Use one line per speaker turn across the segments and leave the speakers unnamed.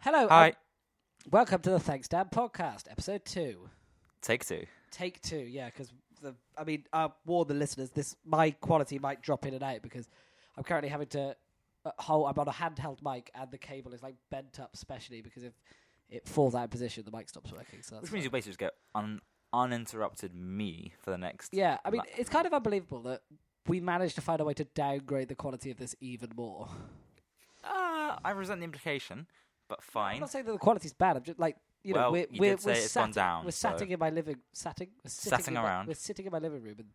Hello.
Hi.
and welcome to the Thanks Dad podcast, episode two.
Take two.
Take two, yeah, because the I mean, I warn the listeners, this my quality might drop in and out because I'm currently having to uh, hold. I'm on a handheld mic and the cable is like bent up specially because if it falls out of position, the mic stops working. So that's
Which means you basically just get un- uninterrupted me for the next.
yeah, I mean,
Ma-
it's kind of unbelievable that we managed to find a way to downgrade the quality of this even more.
Ah, I resent the implication, but
I'm
fine.
not saying that the quality's bad. I'm just like you know
Well,
we're
you
we're,
did
we're
say it's gone
satting-
down,
We're
so-
satting in my living satting. We're sitting
Satting
in my-
around.
we're sitting in my living room. And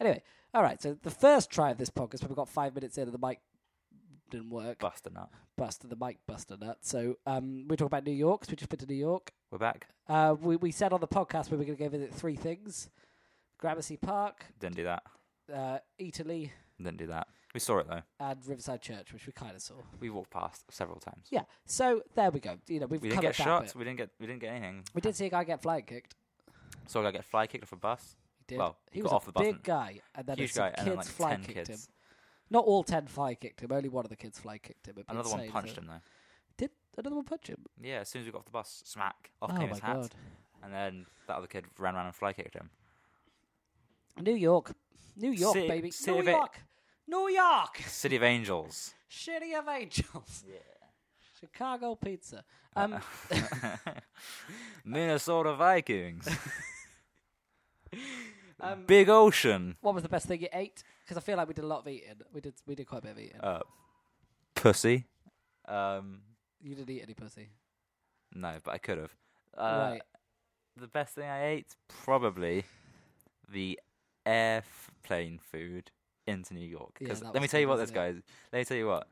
anyway, all right. So the first try of this podcast, we got five minutes in, and the mic didn't work.
Buster nut.
Buster the mic buster nut. So um, we're talking about New York. So we just been to New York.
We're back.
Uh, we we said on the podcast we were going to go visit three things: Gramercy Park,
Didn't do that.
uh, Italy,
Didn't do that. We saw it though.
and Riverside Church, which we kind of saw.
We walked past several times.
Yeah. So there we go. You know we've
We didn't
covered
get
that
shot.
bit.
We didn't get. We didn't get anything.
We did see a guy get flying kicked.
Saw a guy get fly kicked off a bus.
He did.
Well,
he
he
was
got
a
off the bus
big
and-
guy, and then
Huge
some
guy,
kids
and then like
fly
ten
kicked
kids.
him. Not all ten fly kicked him. Only one of the kids fly kicked him. It'd be
Another one
insane,
punched
so-
him though.
Did another one punch him?
Yeah, as soon as we got off the bus, smack off
oh
came
my
his hat,
god!
and then that other kid ran around and fly kicked him.
New York, New York,
City-
baby,
city
New
of it.
York, New York,
City of Angels.
City of Angels,
Yeah.
Chicago pizza.
Uh,
Um,
Minnesota Vikings.
um,
Big Ocean.
what was the best thing you ate? Because I feel like we did a lot of eating. We did, we did quite a bit of eating.
Uh, pussy. Um,
you didn't eat any pussy,
no, but I could have. Uh,
right?
The best thing I ate probably the airplane food into New York.
Yeah,
'Cause
that
let me
was
tell you
good,
what, this
wasn't
guys. Let me tell you what.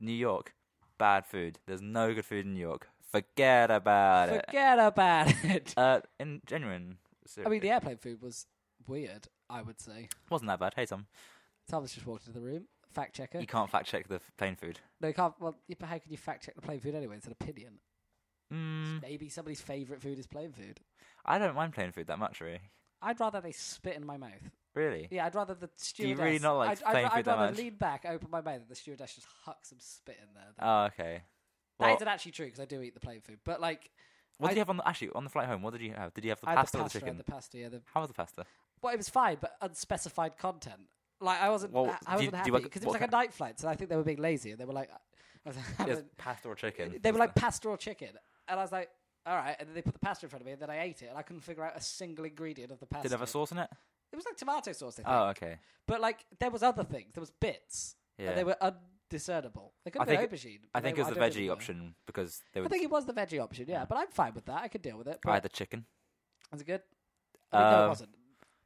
New York, bad food. There's no good food in New York. Forget about it.
Forget about it.
Uh, in genuine.
I mean,
seriously,
the airplane food was weird. I would say.
wasn't that bad. Hey Tom,
Thomas just walked into the room. Fact checker.
you can't fact check the f- plane food.
No, you can't. Well, yeah, but how can you fact check the plain food anyway? It's an opinion.
Mm,
Maybe somebody's favourite food is plain food.
I don't mind plain food that much, really.
I'd rather they spit in my mouth.
Really?
Yeah, I'd rather the
you
stewardess.
really not like
I'd,
plain
I'd,
food
I'd
that
rather
much?
lean back, open my mouth, and the stewardess just huck some spit in there. That
Oh, okay. Well,
isn't actually true because I do eat the plain food, but like
what
I-
did you have on the actually on the flight home? What did you have? Did you have the
I had
pasta
the
or the
pasta, I
chicken?
had the pasta. Yeah, the,
How was the pasta?
well, it was fine, but unspecified content. Like I wasn't, I-
Well,
I
do
wasn't
you- do you
happy
work-
because it
what
was like a
kind-
night flight, so I think they were being lazy and they were like, I was
It was
having-
pasta or chicken?
They were
was
like
the-
pasta or chicken, and I was like, "All right." And then they put the pasta in front of me, and then I ate it, and I couldn't figure out a single ingredient of the pasta.
did it have a sauce in it?
It was like tomato sauce, I think.
Oh, okay.
But like, there was other things. There was bits,
Yeah.
and they were undiscernible. They could have
I
been
think-
aubergine.
I
but they
think it was
were-
the
don't think
veggie
were.
option Mm. because they
I
were.
think it was the veggie option, yeah. But I'm fine with that. I could deal with it.
I
But
had the chicken.
was it good? I mean, no, it
Um,
wasn't.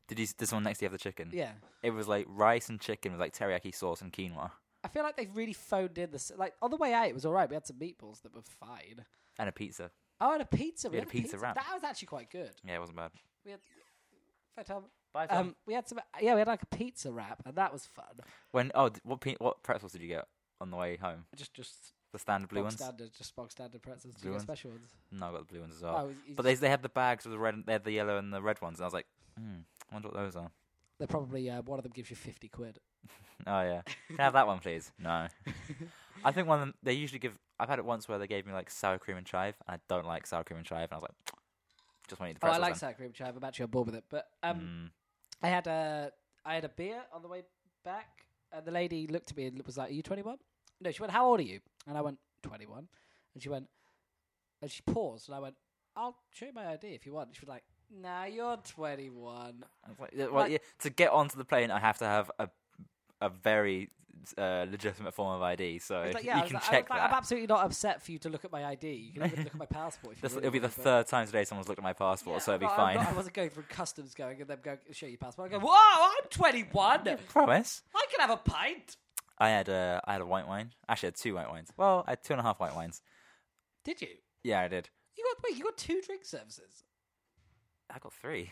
Did you? Did someone next to you have the chicken?
Yeah,
It was like rice and chicken with like teriyaki sauce and quinoa
I feel like they've really phoned in the s- like on the way out. It was all right. We had some meatballs that were fine.
and a pizza.
Oh, and a pizza.
We had a pizza wrap.
That was actually quite good.
Yeah, it wasn't bad.
Fair Tom.
Bye, Tom.
Um, we had some, yeah, we had like a pizza wrap, and that was fun.
when oh, d- what pe- what pretzels did you get on the way home?
Just, just
The standard blue
bog
ones.
standard, just bog standard pretzels. Do
Blue
you get
ones?
special ones?
No, I got the blue ones as well.
Oh, you- you
But they
just-
they had the bags with the red, they had the yellow and the red ones, and I was like, hmm, I wonder what those are.
they're probably uh, one of them gives you fifty quid.
Oh yeah, can I have that one, please? No, I think one of them, they usually give. I've had it once where they gave me like sour cream and chive, and I don't like sour cream and chive, and I was like, just want to eat the
Oh, I
pretzels.
like
then.
sour cream chive. I'm actually on board with it. But um,
Mm.
I had a, I had a beer on the way back, and the lady looked at me and was like, "Are you 21?" No, she went, "How old are you?" And I went, "21." And she went, and she paused, and I went, "I'll show you my ID if you want." And she was like, "Nah, you're 21."
I was like, yeah, well,
like-
yeah, to get onto the plane, I have to have a a very uh, legitimate form of ID, so
I was like,
you
yeah, I was like-
can
I was
check
like,
that.
I'm absolutely not upset for you to look at my ID. You can even look at my passport. If you
This-
really
it'll be the
want, but-
third time today someone's looked at my passport,
Yeah,
so it'll
I'm
be
not- I'm
fine. Mm.
not- I wasn't going through customs going and them going, show your passport. I go, whoa, I'm 21. I
Promise.
can have a pint.
I had a I had a white wine. Actually, I had two white wines. Well, I had two and a half white wines.
Did you?
Yeah, I did.
You got wait, you got two drink services.
I got three.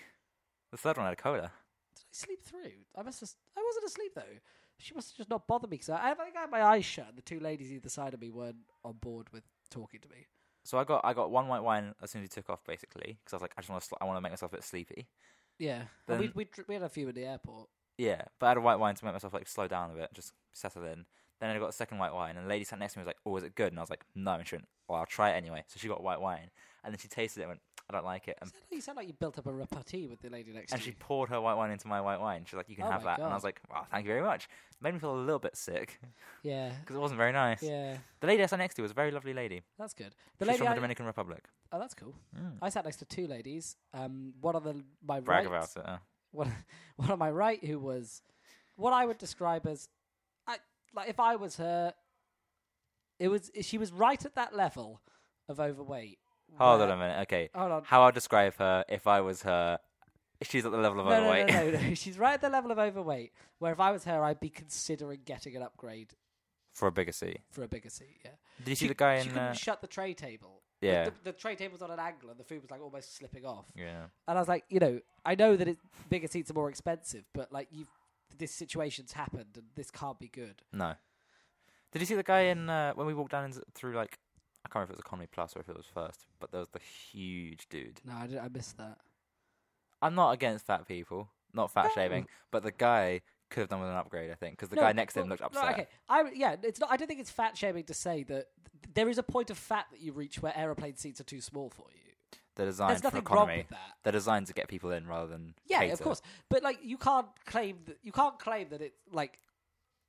The third one I had a cola.
Did I sleep through? I must have. I wasn't asleep though. She must have just not bothered me because I, I think I had my eyes shut. and The two ladies either side of me weren't on board with talking to me.
So I got I got one white wine as soon as he took off, basically, because I was like, I just want to sl- I want to make myself a bit sleepy.
Yeah,
Then-
and we we we had a few in the airport.
Yeah, but I had a white wine to make myself like slow down a bit, just settle in. Then I got a second white wine, and the lady sat next to me was like, "Oh, is it good?" And I was like, "No," and she went, "Well, I'll try it anyway." So she got white wine, and then she tasted it and went, "I don't like it," and,
Sound like- You sound like you built up a repartee with the lady next
and
to
she
you.
poured her white wine into my white wine. She's like, "You can
Oh
have
my
that," and I was
God.
like, "Wow, thank you very much." made me feel a little bit sick
Yeah,
because it wasn't very nice.
yeah,
The lady I sat next to was a very lovely lady.
that's good. The
She's
lady,
from the
I,
Dominican Republic.
oh, that's cool.
Mm.
I sat next to two ladies. Um, one on the my
Brag
right,
about it. uh.
one, one on my right, who was what I would describe as, I like if I was her, it was she was right at that level of overweight.
Hold
where-
on a minute. Okay,
hold on.
how I'd describe her if I was her. She's at the level of
no,
overweight.
No, no, no, no. She's right at the level of overweight, where if I was her, I'd be considering getting an upgrade
for a bigger C.
for a bigger seat. Yeah.
Did you see the guy
she
in?
couldn't
Uh,
shut the tray table. The-
yeah,
The, the tray table's on an angle, and the food was like almost slipping off.
yeah.
And I was like, you know, I know that it, bigger seats are more expensive, but like you've this situation's happened, and this can't be good.
No. Did you see the guy in uh, when we walked down in, through like I can't remember if it was Economy Plus or if it was First, but there was the huge dude.
No, I, did, I missed that.
I'm not against fat people, not fat
No.
shaving, but the guy could have done with an upgrade, I think, because the
No,
guy next to
well,
him looked
no,
upset.
okay, I yeah, it's not. I don't think it's fat shaming to say that th- there is a point of fat that you reach where aeroplane seats are too small for you.
They're designed
There's
for
nothing wrong
economy.
with that.
They're designed to get people in rather than
Yeah, of
cater.
course. But like, you can't claim that you can't claim that it's like,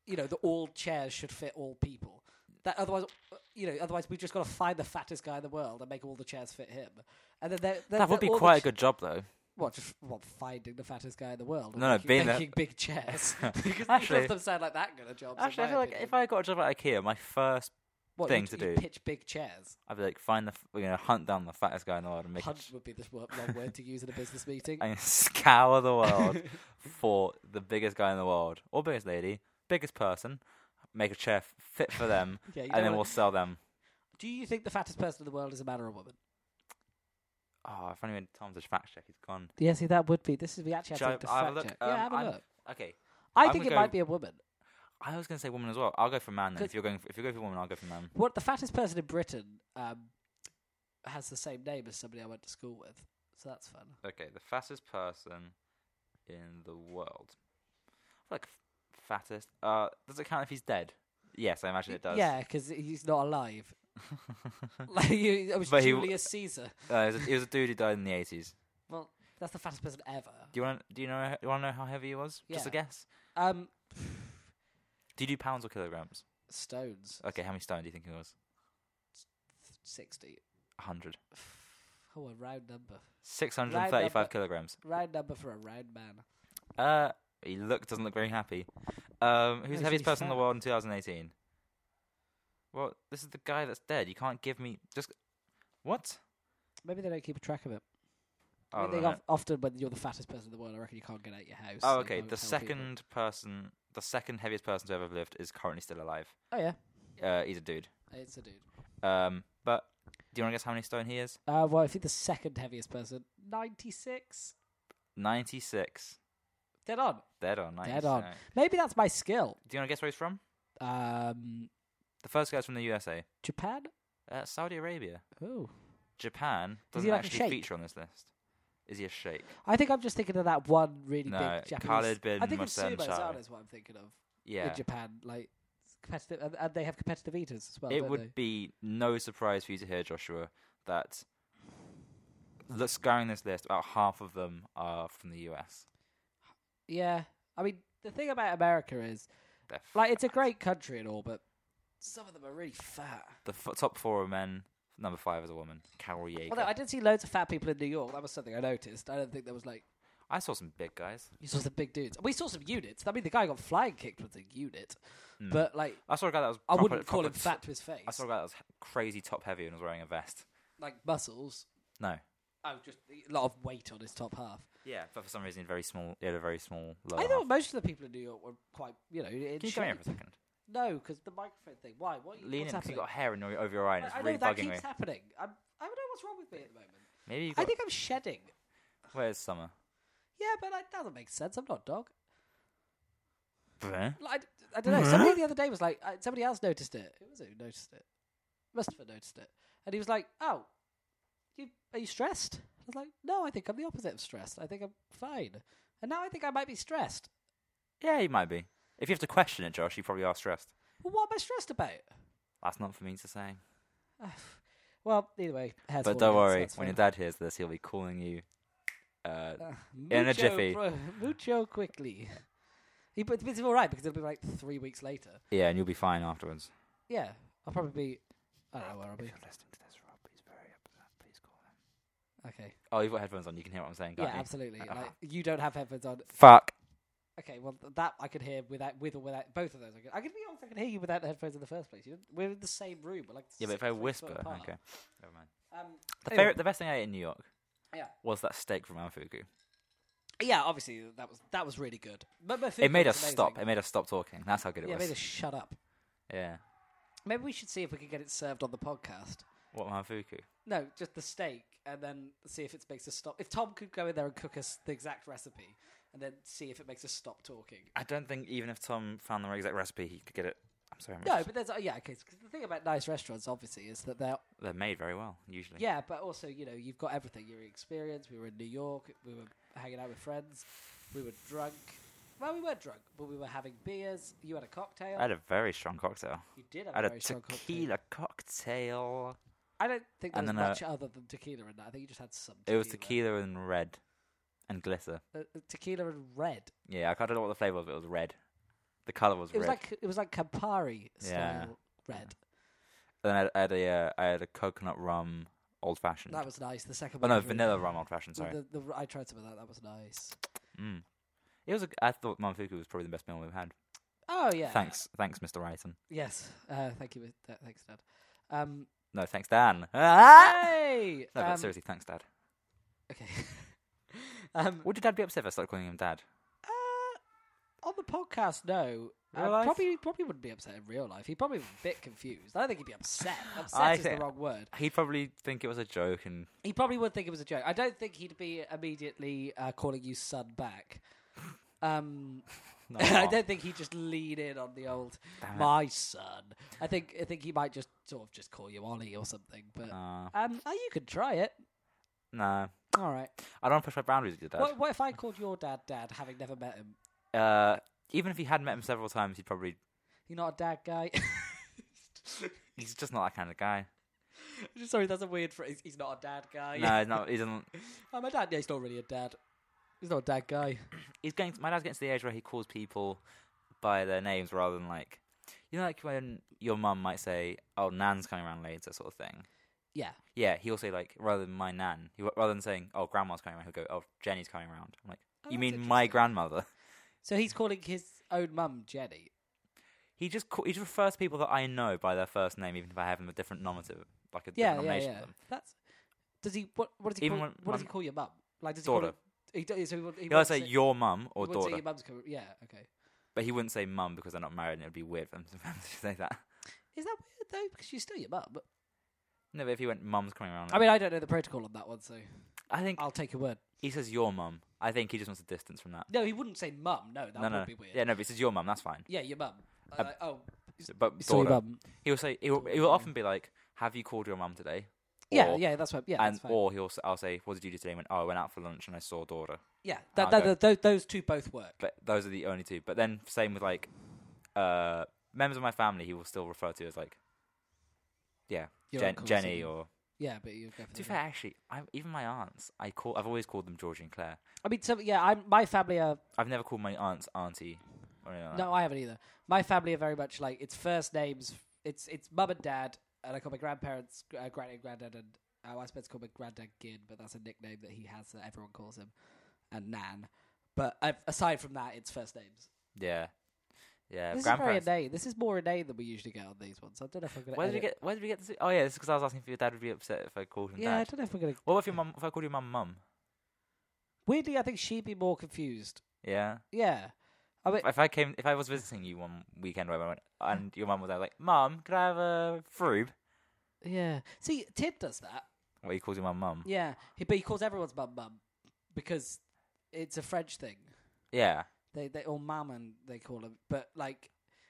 you know, that all chairs should fit all people. That otherwise, you know, otherwise we've just got to find the fattest guy in the world and make all the chairs fit him. And then they're, they're,
That would be
they're all the
quite a
ch-
good job, though.
What just what finding the fattest guy in the world? and
No, no,
making,
being the-
making big chairs because none
Actually-
of them sound like that good a job.
Actually, I feel like if I got a job at IKEA, my first
what,
thing
you,
to
you
do-
pitch big chairs.
I'd be like, find the, f- you know, hunt down the fattest guy in the world and make
Hunt
it, Oh,
would be the wor- wrong word to use in a business meeting.
and scour the world for the biggest guy in the world or biggest lady, biggest person, make a chair f- fit for them,
yeah, you don't
and then
wanna-
we'll sell them.
Do you think the fattest person in the world is a man or a woman?
Oh, if only when Tom's a fact check, he's gone.
Yeah, see, that would be. This is we actually
Shall
have to
I- I'll
fact
have a look?
check.
Um,
yeah, have a
I'm-
look.
Okay,
I
I'm
think it
gonna
might
go-
be a woman.
I was gonna say woman as well. I'll go for man then.
Good.
If you're going, for, if you go for woman, I'll go for man.
What the fattest person in Britain um, has the same name as somebody I went to school with, so that's fun.
Okay, the fastest person in the world. I feel like f- fattest. Uh, does it count if he's dead? Yes, I imagine it does.
Yeah, because he's not alive. like you, it was
But he w-
Julius Caesar.
Uh, it, was a, it was a dude who died in the eighties.
Well, that's the fattest person ever.
Do you want? Do you know? You want to know how heavy he was? Just a
Yeah.
guess.
Um,
Do you do pounds or kilograms?
stones.
Okay, how many stone do you think it was?
sixty.
A hundred.
Oh, a round number.
Six hundred and thirty-five kilograms.
Round number for a round man.
Uh, he look doesn't look very happy. Um,
he's
who's the
really
heaviest person in the
fat.
world in 2018? Well, this is the guy that's dead. You can't give me just what?
Maybe they don't keep track of it. I
Oh,
mean, they
no, no.
of- often when you're the fattest person in the world, I reckon you can't get out your house.
oh
you
okay.
can't
The
tell people.
second person, the second heaviest person to ever have lived, is currently still alive.
Oh yeah,
Uh, he's a dude.
it's a dude.
Um, but do you want to guess how many stone he is?
Uh, well, I think the second heaviest person, 96.
Ninety-six.
Dead on.
Dead on. 96.
Dead on. Maybe that's my skill.
Do you want to guess where he's from?
Um,
The first guy's from the USA.
Japan?
Uh, Saudi Arabia.
Oh.
Japan
Is
doesn't
he like a
actually
sheikh?
feature on this list. Is he a sheikh?
I think I'm just thinking of that one really
No,
big Japanese.
Khalid bin
I think of
Masen
Sumo
Shari.
Zara is what I'm thinking of
Yeah.
in Japan. Like, it's competitive, and, and they have competitive eaters as well.
It
don't
would be no surprise for you to hear, Joshua, that look, scouring this list, about half of them are from the US.
they? Yeah. I mean, the thing about America is,
They're
like, it's a
fat.
great country and all, but some of them are really fat.
The f- top four are men. Number five is a woman, Carol Yeager.
Although I did see loads of fat people in New York. That was something I noticed. I don't think there was like
I saw some big guys.
You saw some big dudes. We saw some units. I mean, the guy got flying kicked with a unit,
Mm.
but like,
I saw a guy that was.
I
proper-
wouldn't call
proper
him fat to his face.
I saw a guy that was h- crazy top heavy and was wearing a vest.
Like muscles.
No.
Oh, just a lot of weight on his top half.
Yeah, but for some reason, he had very small. He had a very small. Lower
I
half.
thought most of the people in New York were quite, you know, in
Can you come
shape.
here for a second?
No, because the microphone thing. Why? What? are you-
Lean in
what's
'cause
happening?
you've got hair in your, over your eye and
I,
it's
I
really
know that
bugging
keeps
me.
happening. I'm, I don't know what's wrong with me at the moment.
Maybe you've
I
got.
think I'm shedding.
Where's summer?
Yeah, but like, that doesn't make sense. I'm not a dog.
Bleh.
Like, I, don't know. Somebody the other day was like, I, somebody else noticed it. Who was it who noticed it? Mustafa noticed it, and he was like, "Oh, you are you stressed?" I was like, "No, I think I'm the opposite of stressed. I think I'm fine." And now I think I might be stressed.
Yeah, you might be. If you have to question it, Josh, you probably are stressed.
Well, what am I stressed about?
That's not for me to say.
Well, either way, hair's
but
falling
don't
out, so
worry,
that's
when your
fine.
dad hears this, he'll be calling you. Uh,
Uh,
in a
mucho
jiffy.
Pro, mucho quickly. He, but it's all right because it'll be like three weeks later.
yeah, and you'll be fine afterwards.
Yeah, I'll probably be. I don't know where I'll
If
be.
you're listening to this, Rob, he's very upset. Please call him.
Okay.
Oh, you've got headphones on. You can hear what I'm saying, can't
Yeah,
you?
absolutely.
Uh-huh.
Like you don't have headphones on.
Fuck.
Okay, well th- that I could hear without, with or without both of those. I could, I could be honest. I could hear you without the headphones in the first place. You we're in the same room, but like
Yeah, but if
six
I
feet
whisper,
apart.
okay. Never mind.
Um,
The,
Anyway.
favorite, the best thing I ate in New York
Yeah.
was that steak from Anfuku.
yeah, obviously that was that was really good. But my food
It made
was
us
amazing.
stop. It made us stop talking. That's how good it
Yeah, it
was.
made us shut up.
Yeah.
Maybe we should see if we can get it served on the podcast.
What Manfuku?
No, just the steak, and then see if it makes us stop. If Tom could go in there and cook us the exact recipe, and then see if it makes us stop talking.
I don't think even if Tom found the right exact recipe, he could get it. I'm sorry. I'm
No,
just-
but there's oh, yeah, okay. 'cause the thing about nice restaurants, obviously, is that they're
they're made very well usually.
yeah, but also you know you've got everything. Your experience. We were in New York. We were hanging out with friends. We were drunk. Well, we weren't drunk, but we were having beers. You had a cocktail.
I had a very strong cocktail.
you did have
I had
a
a
very strong cocktail.
tequila cocktail.
I don't think there
and
was
then a-
much other than tequila in that. I think you just had some.
It was tequila and red, and glitter.
Uh, uh, tequila and red.
Yeah, I can't know what the flavor was. It was red. The color was
It
red.
was like it was like Campari style
Yeah.
red.
and then I, I had a, uh, I had a coconut rum old fashioned.
That was nice. The second
Oh
one.
no,
was really-
vanilla rum old fashioned.
the-
Sorry.
the- the- I tried some of that. That was nice.
Mm. It was. A, I thought Manfuku was probably the best meal we've had.
Oh yeah.
Thanks, thanks, Mr. Wrighton.
Yes. Uh, thank you. uh, Thanks, Dad. Um,
No, thanks, Dan. Ah!
hey.
No,
um,
but seriously, thanks, Dad.
Okay. um,
Would your dad be upset if I started calling him Dad?
uh, on the podcast, no. Uh,
Real life?
probably probably wouldn't be upset in real life. He'd probably be a bit confused. I don't think he'd be upset.
I
Upset is the
think-
wrong word.
He'd probably think it was a joke, and
He probably would think it was a joke. I don't think he'd be immediately uh, calling you son back. Um,
no,
I
Mom.
don't think he'd just lean in on the old
Damn it.
my son. I think I think he might just sort of just call you Ollie or something. But
Nah,
um, oh, you could try it.
nah.
All right.
I don't want to push my boundaries with your dad.
What, what if I called your dad Dad, having never met him?
Uh, even if he had met him several times, he'd probably.
You're not a dad guy.
He's just not that kind of guy.
Sorry, that's a weird phrase. He's not a dad guy.
No, he's not. He doesn't.
Oh, my dad. Yeah, he's not really a dad. He's not a dad guy.
He's getting. My dad's getting to the age where he calls people by their names rather than like, you know, like when your mum might say, "Oh, Nan's coming around later," sort of thing.
Yeah.
Yeah, he'll say like rather than my nan, he, rather than saying, "Oh, grandma's coming around," he'll go, "Oh, Jenny's coming around." I'm like,
Oh,
"You
that's
mean my
interesting.
grandmother?"
So he's calling his own mum Jenny.
He just call, he just refers to people that I know by their first name, even if I have them a different nominative, like
Yeah,
a different
yeah,
nomination
yeah.
of them.
That's does he? What, what does he?
Even
Call,
when
what does
my-
he call your mum? Like does he
Daughter.
Call it, he, do- so he, won't- he
He'll
won't
either say
say-
your mum
he
or
won't say
daughter,
your mum's coming. Yeah. Okay.
but he wouldn't say mum because they're not married, and it'd be weird for him to- for him to say that.
Is that weird though? Because she's still your mum.
No, but if he went, "Mum's coming around,"
I mean, I don't know the protocol on that one, so
I think
I'll take your word.
he says your mum. I think he just wants a distance from that.
No, he wouldn't say mum. No, that
no,
would
no,
be weird.
yeah, no, but he says your mum. That's fine.
Yeah, your mum.
Uh,
Like, oh,
But
so your
daughter,
mum.
he'll say he'll,
Daughter,
he'll
yeah.
often be like, "Have you called your mum today?"
Yeah,
Or-
yeah, that's what. Yeah,
and
that's fine.
or he'll s- I'll say, "What did you do today?" And went, "Oh, I went out for lunch and I saw daughter."
yeah,
I'll
that, that,
go.
tho- those two both work.
But those are the only two. But then same with like uh members of my family, he will still refer to as like
Your
Jen-
uncles
Jenny
and-
or.
yeah, but you go for
To be
the-
fair, actually, I, even my aunts, I call I've always called them Georgie and Claire.
I mean, some, yeah, I'm my family are
I've never called my aunts auntie. Or anything like that.
No, I haven't either. My family are very much like it's first names. It's it's mum and dad, and I call my grandparents gr- uh, granny and granddad, and uh, I suppose call my granddad Gin, but that's a nickname that he has that everyone calls him, and Nan. But uh, aside from that, it's first names.
Yeah, yeah.
this is very
grandparents.
inane. This is more inane than we usually get on these ones. I don't know if I'm gonna.
Where did we
edit-
get? Where did we get this? Oh yeah, this because I was asking if your dad would be upset if I called him
Yeah, I
dad.
don't know if we're gonna.
What if your mum? If I called your mum mum?
Weirdly, I think she'd be more confused.
Yeah.
Yeah, I mean,
If I came, if I was visiting you one weekend where I went, and your mum was there, like, "Mum, could I have a froob?"
yeah. See, Tid does that.
What he calls your mum mum?
Yeah, he, but he calls everyone's mum mum because it's a French thing.
Yeah.
They they or Mammon they call him, but like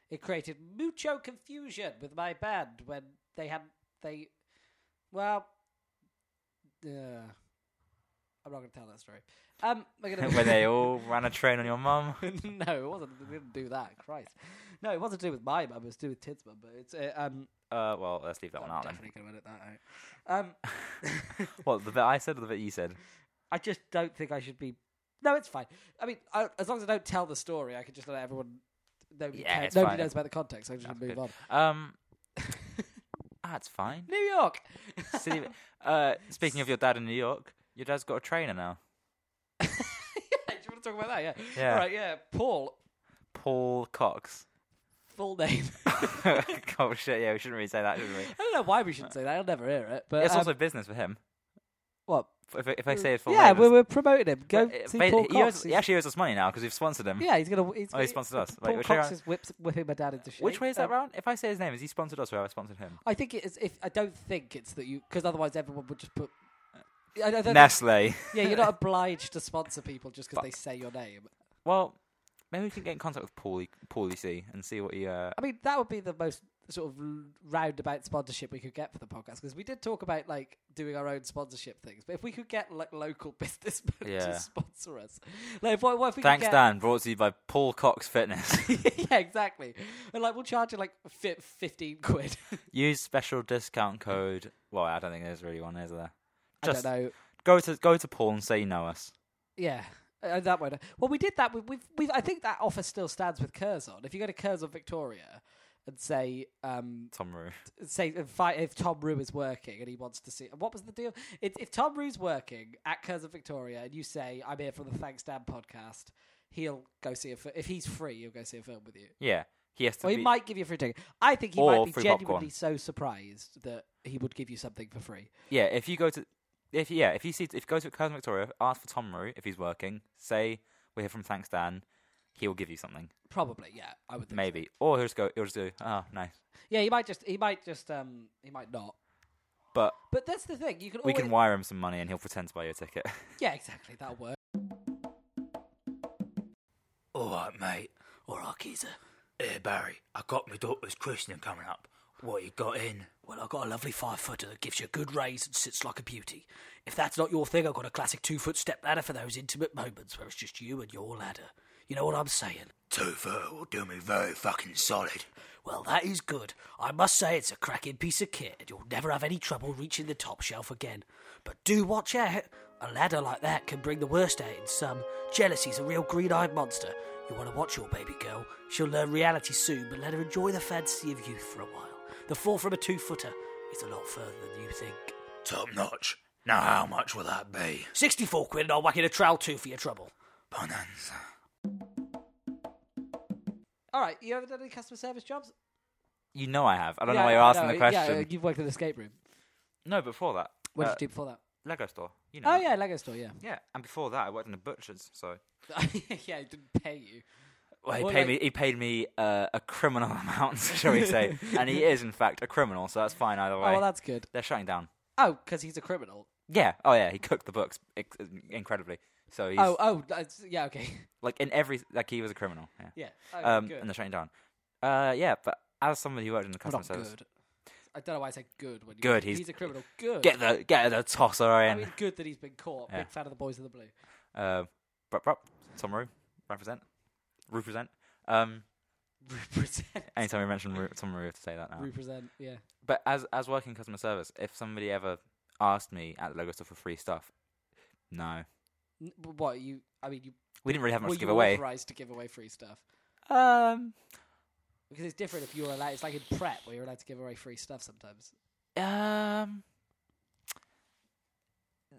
it created mucho confusion with my band when they had they well uh, I'm not going to tell that story. Um, we're gonna
when they all ran a train on your mum.
no, it wasn't. They didn't do that. Christ. No, it wasn't to do with my mum. It was to do with Tid's mum. But it's uh, um.
Uh, well, let's leave that one
I'm
out then.
definitely going to edit that out. Um,
What the bit I said or the bit you said?
I just don't think I should be. No, it's fine. I mean, I, as long as I don't tell the story, I can just let everyone. Nobody,
Yeah,
cares-
it's
nobody
fine.
knows about the context. I can just
That's
move
good.
on.
Um, that's fine.
New York.
City. Uh, speaking of your dad in New York, your dad's got a trainer now.
yeah, do you want to talk about that? Yeah.
Yeah.
All right. Yeah. Paul,
Paul Cox.
full name. I
oh shit! Yeah, we shouldn't really say that, should we?
don't know why we shouldn't say that. I'll never hear it. But
it's
um,
also business for him.
what?
If, I- if I say it for
Yeah, we're, we're promoting him. Go see Paul
uh, he, owes,
Cox.
he
He's-
actually owes us money now because we've sponsored him.
yeah, he's gonna. He's,
Oh, he sponsored us. Wait,
Paul
which way
Cox
round-
is whips, whipping my dad into shape.
Which way is that
Um,
round? If I say his name, is he sponsored us or have I sponsored him?
I think it is. If I don't think it's that you, because otherwise everyone would just put. I don't, I don't
Nestle.
think- yeah, you're not obliged to sponsor people just because they say your name.
Well, maybe we can get in contact with Paulie, Paulie C and see what he. Uh,
I mean, that would be the most sort of l- roundabout sponsorship we could get for the podcast because we did talk about like doing our own sponsorship things. But if we could get like local businessmen
Yeah.
to sponsor us, like what, what if we
thanks,
could get,
Dan. Brought to you by Paul Cox Fitness.
yeah, exactly. And like we'll charge you like fi- fifteen quid.
Use special discount code. Well, I don't think there's really one, is there? Just
I don't know.
go to go to Paul and say you know us.
Yeah. Uh, that one. Well, we did that. With, we've, we've. I think that offer still stands with Curzon. If you go to Curzon Victoria and say, um,
Tom Roo.
say if, I, if Tom Rue is working and he wants to see, what was the deal? If, if Tom Rue's working at Curzon Victoria and you say, "I'm here for the Thanks Dan podcast," he'll go see a. fi- If he's free, he'll go see a film with you.
Yeah, he has to
Or he
be.
might give you a free ticket. I think he
Or
might be
free
genuinely
popcorn.
so surprised that he would give you something for free.
Yeah, if you go to, if yeah, if you see, if you go to Cousin Victoria, ask for Tom Roo if he's working. Say we're here from Thanks Dan. He will give you something,
Probably, yeah. I would think so.
maybe, or he'll just go. He'll just go. Oh, nice.
Yeah, he might just. He might just. Um, he might not.
But
But that's the thing. You can.
we
always,
can wire him some money, and he'll pretend to buy your ticket.
Yeah, exactly. That'll work.
All right, mate. All right, geezer. Hey, Barry, I got my daughter's christening coming up. What you got in?
Well, I've got a lovely five footer that gives you a good raise and sits like a beauty. If that's not your thing, I've got a classic two foot step ladder for those intimate moments where it's just you and your ladder. You know what I'm saying?
Two footer will do me very fucking solid.
Well, that is good. I must say it's a cracking piece of kit, and you'll never have any trouble reaching the top shelf again. But do watch out. A ladder like that can bring the worst out in some. Jealousy's a real green eyed monster. You want to watch your baby girl. She'll learn reality soon, but let her enjoy the fantasy of youth for a while. The fall from a two footer is a lot further than you think.
Top notch. Now, how much will that be?
64 quid and I'll whack in a trowel too for your trouble.
Bonanza.
All right, you ever done any customer service jobs?
You know I have. I don't know
Yeah,
why you're asking
no,
the
Yeah,
question.
uh, you've worked in an escape room.
No, before that,
What
uh,
did you do before that?
Lego store. You know.
Oh yeah, Lego store. Yeah,
Yeah, and before that, I worked in a butcher's. So
yeah, it didn't pay you.
well, he
Well,
paid
like-
me. He paid me uh, a criminal amount, shall we say? and he is, in fact, a criminal. So that's fine either way.
Oh, well, that's good.
They're shutting down.
Oh, because he's a criminal.
Yeah. Oh yeah. He cooked the books ex- incredibly. So he's
Oh, oh, that's, yeah, okay,
like in every like he was a criminal. Yeah.
yeah. Okay,
um,
Oh, good.
and they're shutting down. Uh, yeah. But as somebody who worked in the
Well,
customer
not
service,
good. I don't know why I say good when you
Good,
He's,
he's-
a criminal. Good.
get the get the tosser
I
in.
mean, good that he's been caught.
Yeah.
Big fan of the boys in the blue.
Uh, brup, brup, Tom Roo, represent, represent. Um,
Represent.
anytime we mention Roo, Tom Roo, we have to say that now.
Represent. Yeah.
But as as working customer service, if somebody ever asked me at the logo store for free stuff, no,
N- but What you? I mean, you
we didn't really have much
were
to give
you
away.
authorized to give away free stuff?
Um,
Because it's different if you're allowed. It's like in prep where you're allowed to give away free stuff sometimes.
Um,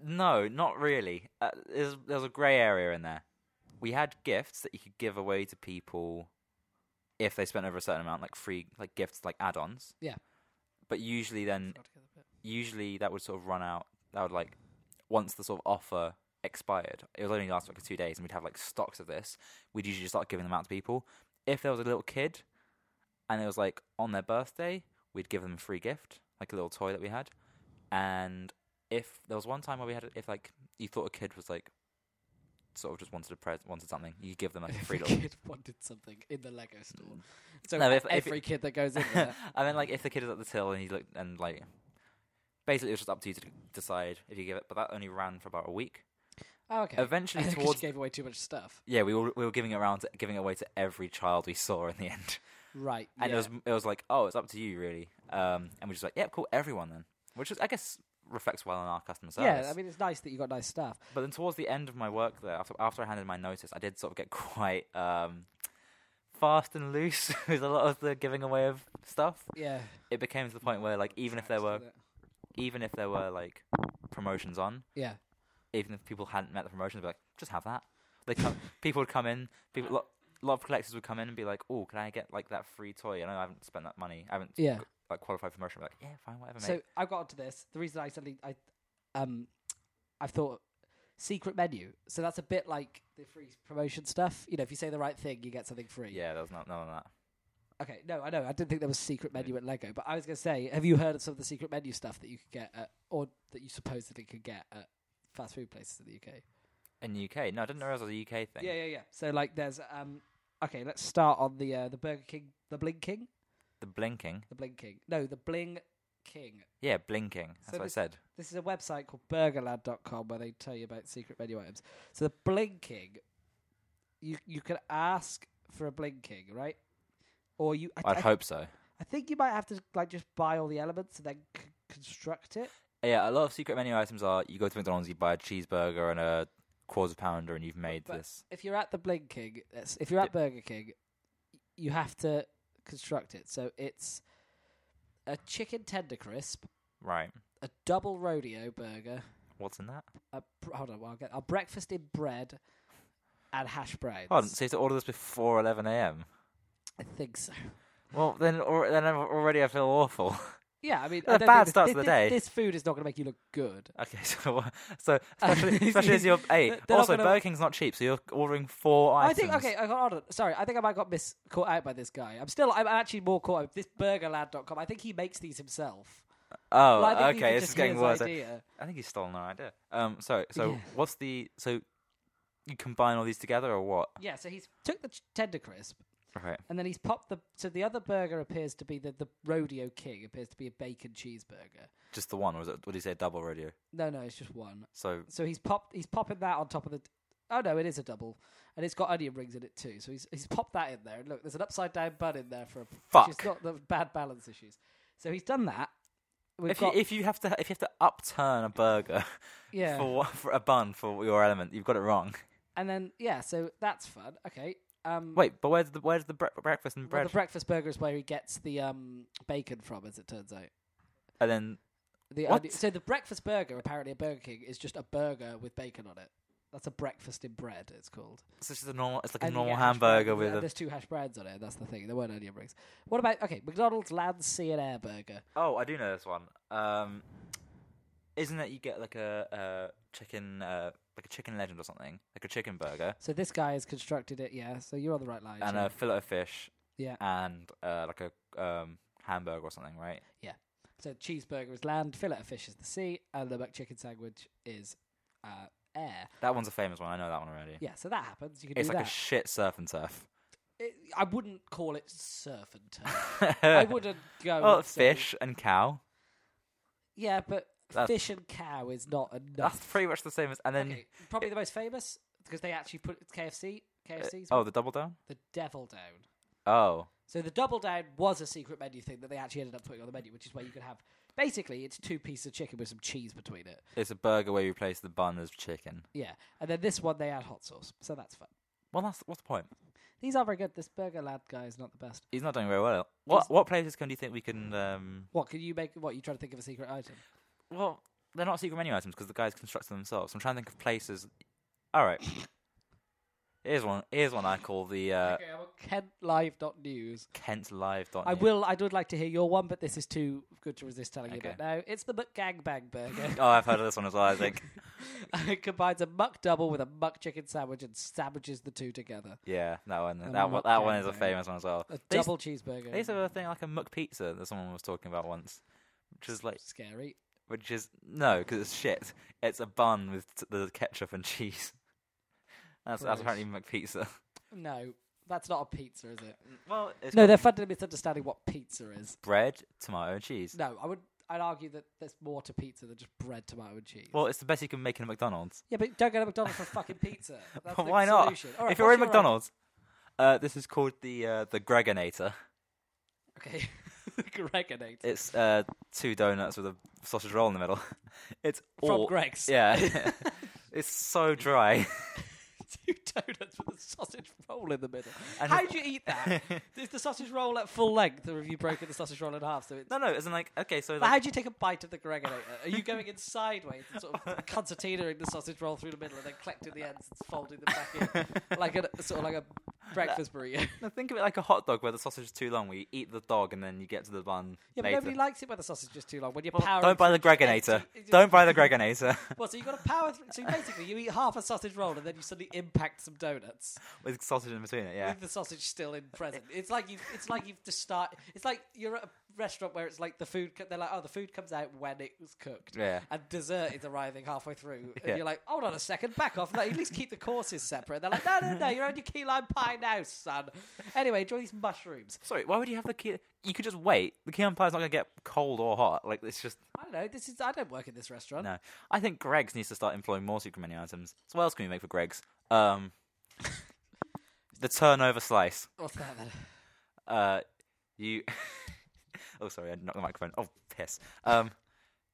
no, not really. Uh, there's there's a grey area in there. We had gifts that you could give away to people if they spent over a certain amount, like free, like gifts, like add-ons.
Yeah.
But usually, then
Altogether, but-
usually that would sort of run out. That would like once the sort of offer expired, it was only last like two days, and we'd have like stocks of this. We'd usually just start giving them out to people. If there was a little kid, and it was like on their birthday, we'd give them a free gift, like a little toy that we had. And if there was one time where we had, if like you thought a kid was like sort of just wanted a present, wanted something, you give them like a free
Every
little. Mm.
kid wanted something in the Lego store. So
No, but if- if
every
it-
kid that goes in
I
there,
mean, like if the kid is at the till and he looked and like basically it was just up to you to decide if you give it, but that only ran for about a week.
Oh, okay.
Eventually
'Cause you
towards-
gave away too much stuff.
Yeah, we were we were giving it around, to, giving it away to every child we saw in the end,
Right.
and
yeah.
it was it was like, oh, it's up to you really. Um, and we just like, yeah, cool, everyone then, which is I guess reflects well on our customer service.
Yeah, I mean it's nice that you got nice stuff.
But then towards the end of my work there, after, after I handed my notice, I did sort of get quite um, fast and loose with a lot of the giving away of stuff.
Yeah.
It became to the point where, like, even if there were,
Taxed with it.
even if there were like promotions on,
Yeah. even
even if people hadn't met the promotions, they'd be like, just have that. They come, people would come in, people. Lot, a lot of collectors would come in and be like, "Oh, can I get like that free toy?" I know I haven't spent that money. I haven't
Yeah.
got- like qualified for promotion. I'd be like, yeah, fine, whatever, mate.
So I got onto this. The reason I suddenly I um I thought secret menu. So that's a bit like the free promotion stuff. You know, if you say the right thing, you get something free.
yeah, there was not none of that.
Okay. No, I know. I didn't think there was secret menu at Lego, but I was gonna say, have you heard of some of the secret menu stuff that you could get at, or that you supposedly could get at fast food places in the UK?
In the UK, no, I didn't know it was a UK thing.
Yeah, yeah, yeah. So like, there's um. Okay, let's start on the uh, the Burger King, the Bling King,
The blinking,
the Bling King. No, the Bling King.
yeah, blinking. That's
So
what I
this-
said.
This is a website called burgerland.com where they tell you about secret menu items. So the blinking, you you can ask for a blinking, right? Or you, I,
I'd
I-
hope so.
I think you might have to like just buy all the elements and then c- construct it.
Yeah, a lot of secret menu items are you go to McDonald's, you buy a cheeseburger and a quarter pounder, and you've made
but-
this.
If you're at the blinking, that's- if you're at Burger King, y- you have to construct it. So it's a chicken tender crisp,
Right.
a double rodeo burger,
What's in that?
a, br- hold on, well, I'll get a breakfast in bread, and hash browns.
Hold on, so you have to order this before 11 a.m.
I think so.
Well, then, or, then I've- already I feel awful.
Yeah, I mean,
A
I don't think
bad
this-
start to
thi-
the
thi-
day.
This food is not going to make you look good.
okay, so what- so especially, especially as you're hey.
They're not
Also,
gonna-
Burger King's not cheap, so you're ordering four
I
items.
think okay. I got on. Sorry, I think I might got mis caught out by this guy. I'm still. I'm actually more caught out. This BurgerLad.com. I think he makes these himself.
Oh,
Well, I think these
okay,
are
this is
just
getting
his
worse. eh?
idea.
I think he's stolen our idea. Um, so so
Yeah.
what's the so you combine all these together or what?
Yeah, so he's took the ch- tender crisp
Right.
and then he's popped the. So the other burger appears to be the the rodeo king appears to be a bacon cheeseburger.
Just the one, or was it? What did he say? Double radio.
No, no, it's just one.
So
So he's popped. He's popping that on top of the. Oh no, it is a double, and it's got onion rings in it too. So he's he's popped that in there. And look, there's an upside down bun in there for a Which
Fuck.
is not the bad balance issues. So he's done that. We've
if
got
you, if you have to if you have to upturn a burger
yeah, Mm.
for what- for a bun for your element, you've got it wrong.
and then yeah. So that's fun. Okay. Um,
Wait, but where's the where's the bre- breakfast and
well,
bread?
the breakfast burger is where he gets the um bacon from, as it turns out.
and then
The
What?
onion- so the breakfast burger apparently at Burger King is just a burger with bacon on it. That's a breakfast in bread. It's called.
it's just a normal. It's like a
And you
normal
get hash browns
hamburger
and
with a.
there's two hash browns on it. That's the thing. There weren't onion rings. What about okay? McDonald's Land Sea and Air burger.
Oh, I do know this one. Um, isn't it you get like a, a chicken uh, like a chicken legend or something like a chicken burger
So this guy has constructed it. Yeah. So you're on the right line.
and
Sean.
a fillet of fish
yeah.
and uh, like a um, hamburger or something, right?
So cheeseburger is land, fillet of fish is the sea, and the McChicken sandwich is uh, air.
That one's a famous one. I know that one already.
Yeah. So that happens. You can
it's
do
like a
that.
shit surf and turf.
It- I wouldn't call it surf and turf. I wouldn't go.
Oh,
and say-
fish and cow.
Yeah, but
That's-
fish and cow is not enough.
That's pretty much the same as. And then
Okay, probably the most famous because they actually put KFC. KFC's
oh, the double down.
the devil down.
Oh,
So the double down was a secret menu thing that they actually ended up putting on the menu, which is where you could have basically it's two pieces of chicken with some cheese between it.
it's a burger where you replace the bun as chicken.
Yeah, and then this one they add hot sauce, so that's fun.
Well, that's what's the point.
These are very good. This Burger Lad guy is not the best.
He's not doing very well. What
He's-
what places can do you think we can? Um,
What can you make? What you trying to think of a secret item?
Well, they're not secret menu items because the guys construct them themselves. I'm trying to think of places. All right. Here's one. Here's one I call the uh,
okay, I'm on KentLive.news.
Kent Live.
I will. I would like to hear your one, but this is too good to resist telling
Okay.
you about now. It's the McGangbang Burger.
Oh, I've heard of this one as well. I think.
it combines a muck double with a muck chicken sandwich and sandwiches the two together.
Yeah, that one.
I'm
That one.
not
That one is a
joking.
famous one as well.
A
They used-
double cheeseburger.
They used to have a thing like a muck pizza that someone was talking about once, which is like,
Scary.
which is no, because it's shit. It's a bun with t- the ketchup and cheese. That's, that's
Gross.
apparently muck pizza.
No, that's not a pizza, is it?
Well, it's
No,
got
they're fundamentally misunderstanding what pizza is.
bread, tomato, and cheese.
No, I would. I'd argue that there's more to pizza than just bread, tomato, and cheese.
Well, it's the best you can make in a McDonald's.
yeah, but don't go to McDonald's for fucking pizza. That's
But
the
why not?
solution. All right,
if you're in
what's your idea?
McDonald's, uh, this is called the uh, the Greganator.
Okay. Greganator.
It's uh, two donuts with a sausage roll in the middle. It's
From
all
Greg's.
yeah. it's so dry.
Two donuts with a sausage roll in the middle.
And
How do you eat that? Is the sausage roll at full length, or have you broken the sausage roll in half? So it's.
no, no. It's like okay, so
But
like,
how do you take a bite of the Greganator? Are you going in sideways and sort of concertinaing the sausage roll through the middle and then collecting the ends and folding them back in? Like a sort of like a breakfast burrito.
No, think of it like a hot dog where the sausage is too long. Where you eat the dog and then you get to the bun
Yeah, but
later.
nobody likes it when the sausage is too long. When you're
Well,
powering
don't buy the
through-
Greganator.
Empty-
Don't buy the Greganator
Well, so you've got to power through. So basically, you eat half a sausage roll and then you suddenly impact some donuts.
with sausage in between it. Yeah.
with the sausage still in present. It's like you. It's like you've just start. It's like you're at a restaurant where it's like the food. co- They're like, oh, the food comes out when it was cooked.
Yeah.
And dessert is arriving halfway through,
Yeah.
and you're like, hold on a second, back off. Like, at least keep the courses separate. And they're like, no, no, no, you're on your key lime pie now, son. Anyway, enjoy these mushrooms.
Sorry, why would you have the key? You could just wait. The key lime pie's not going to get cold or hot. Like it's just
I don't know. This is. I don't work in this restaurant.
no. I think Greg's needs to start employing more super menu items. So what else can we make for Greg's? Um, the turnover slice.
What's that then?
Uh, you. oh, sorry, I knocked the microphone. Oh, piss. Um,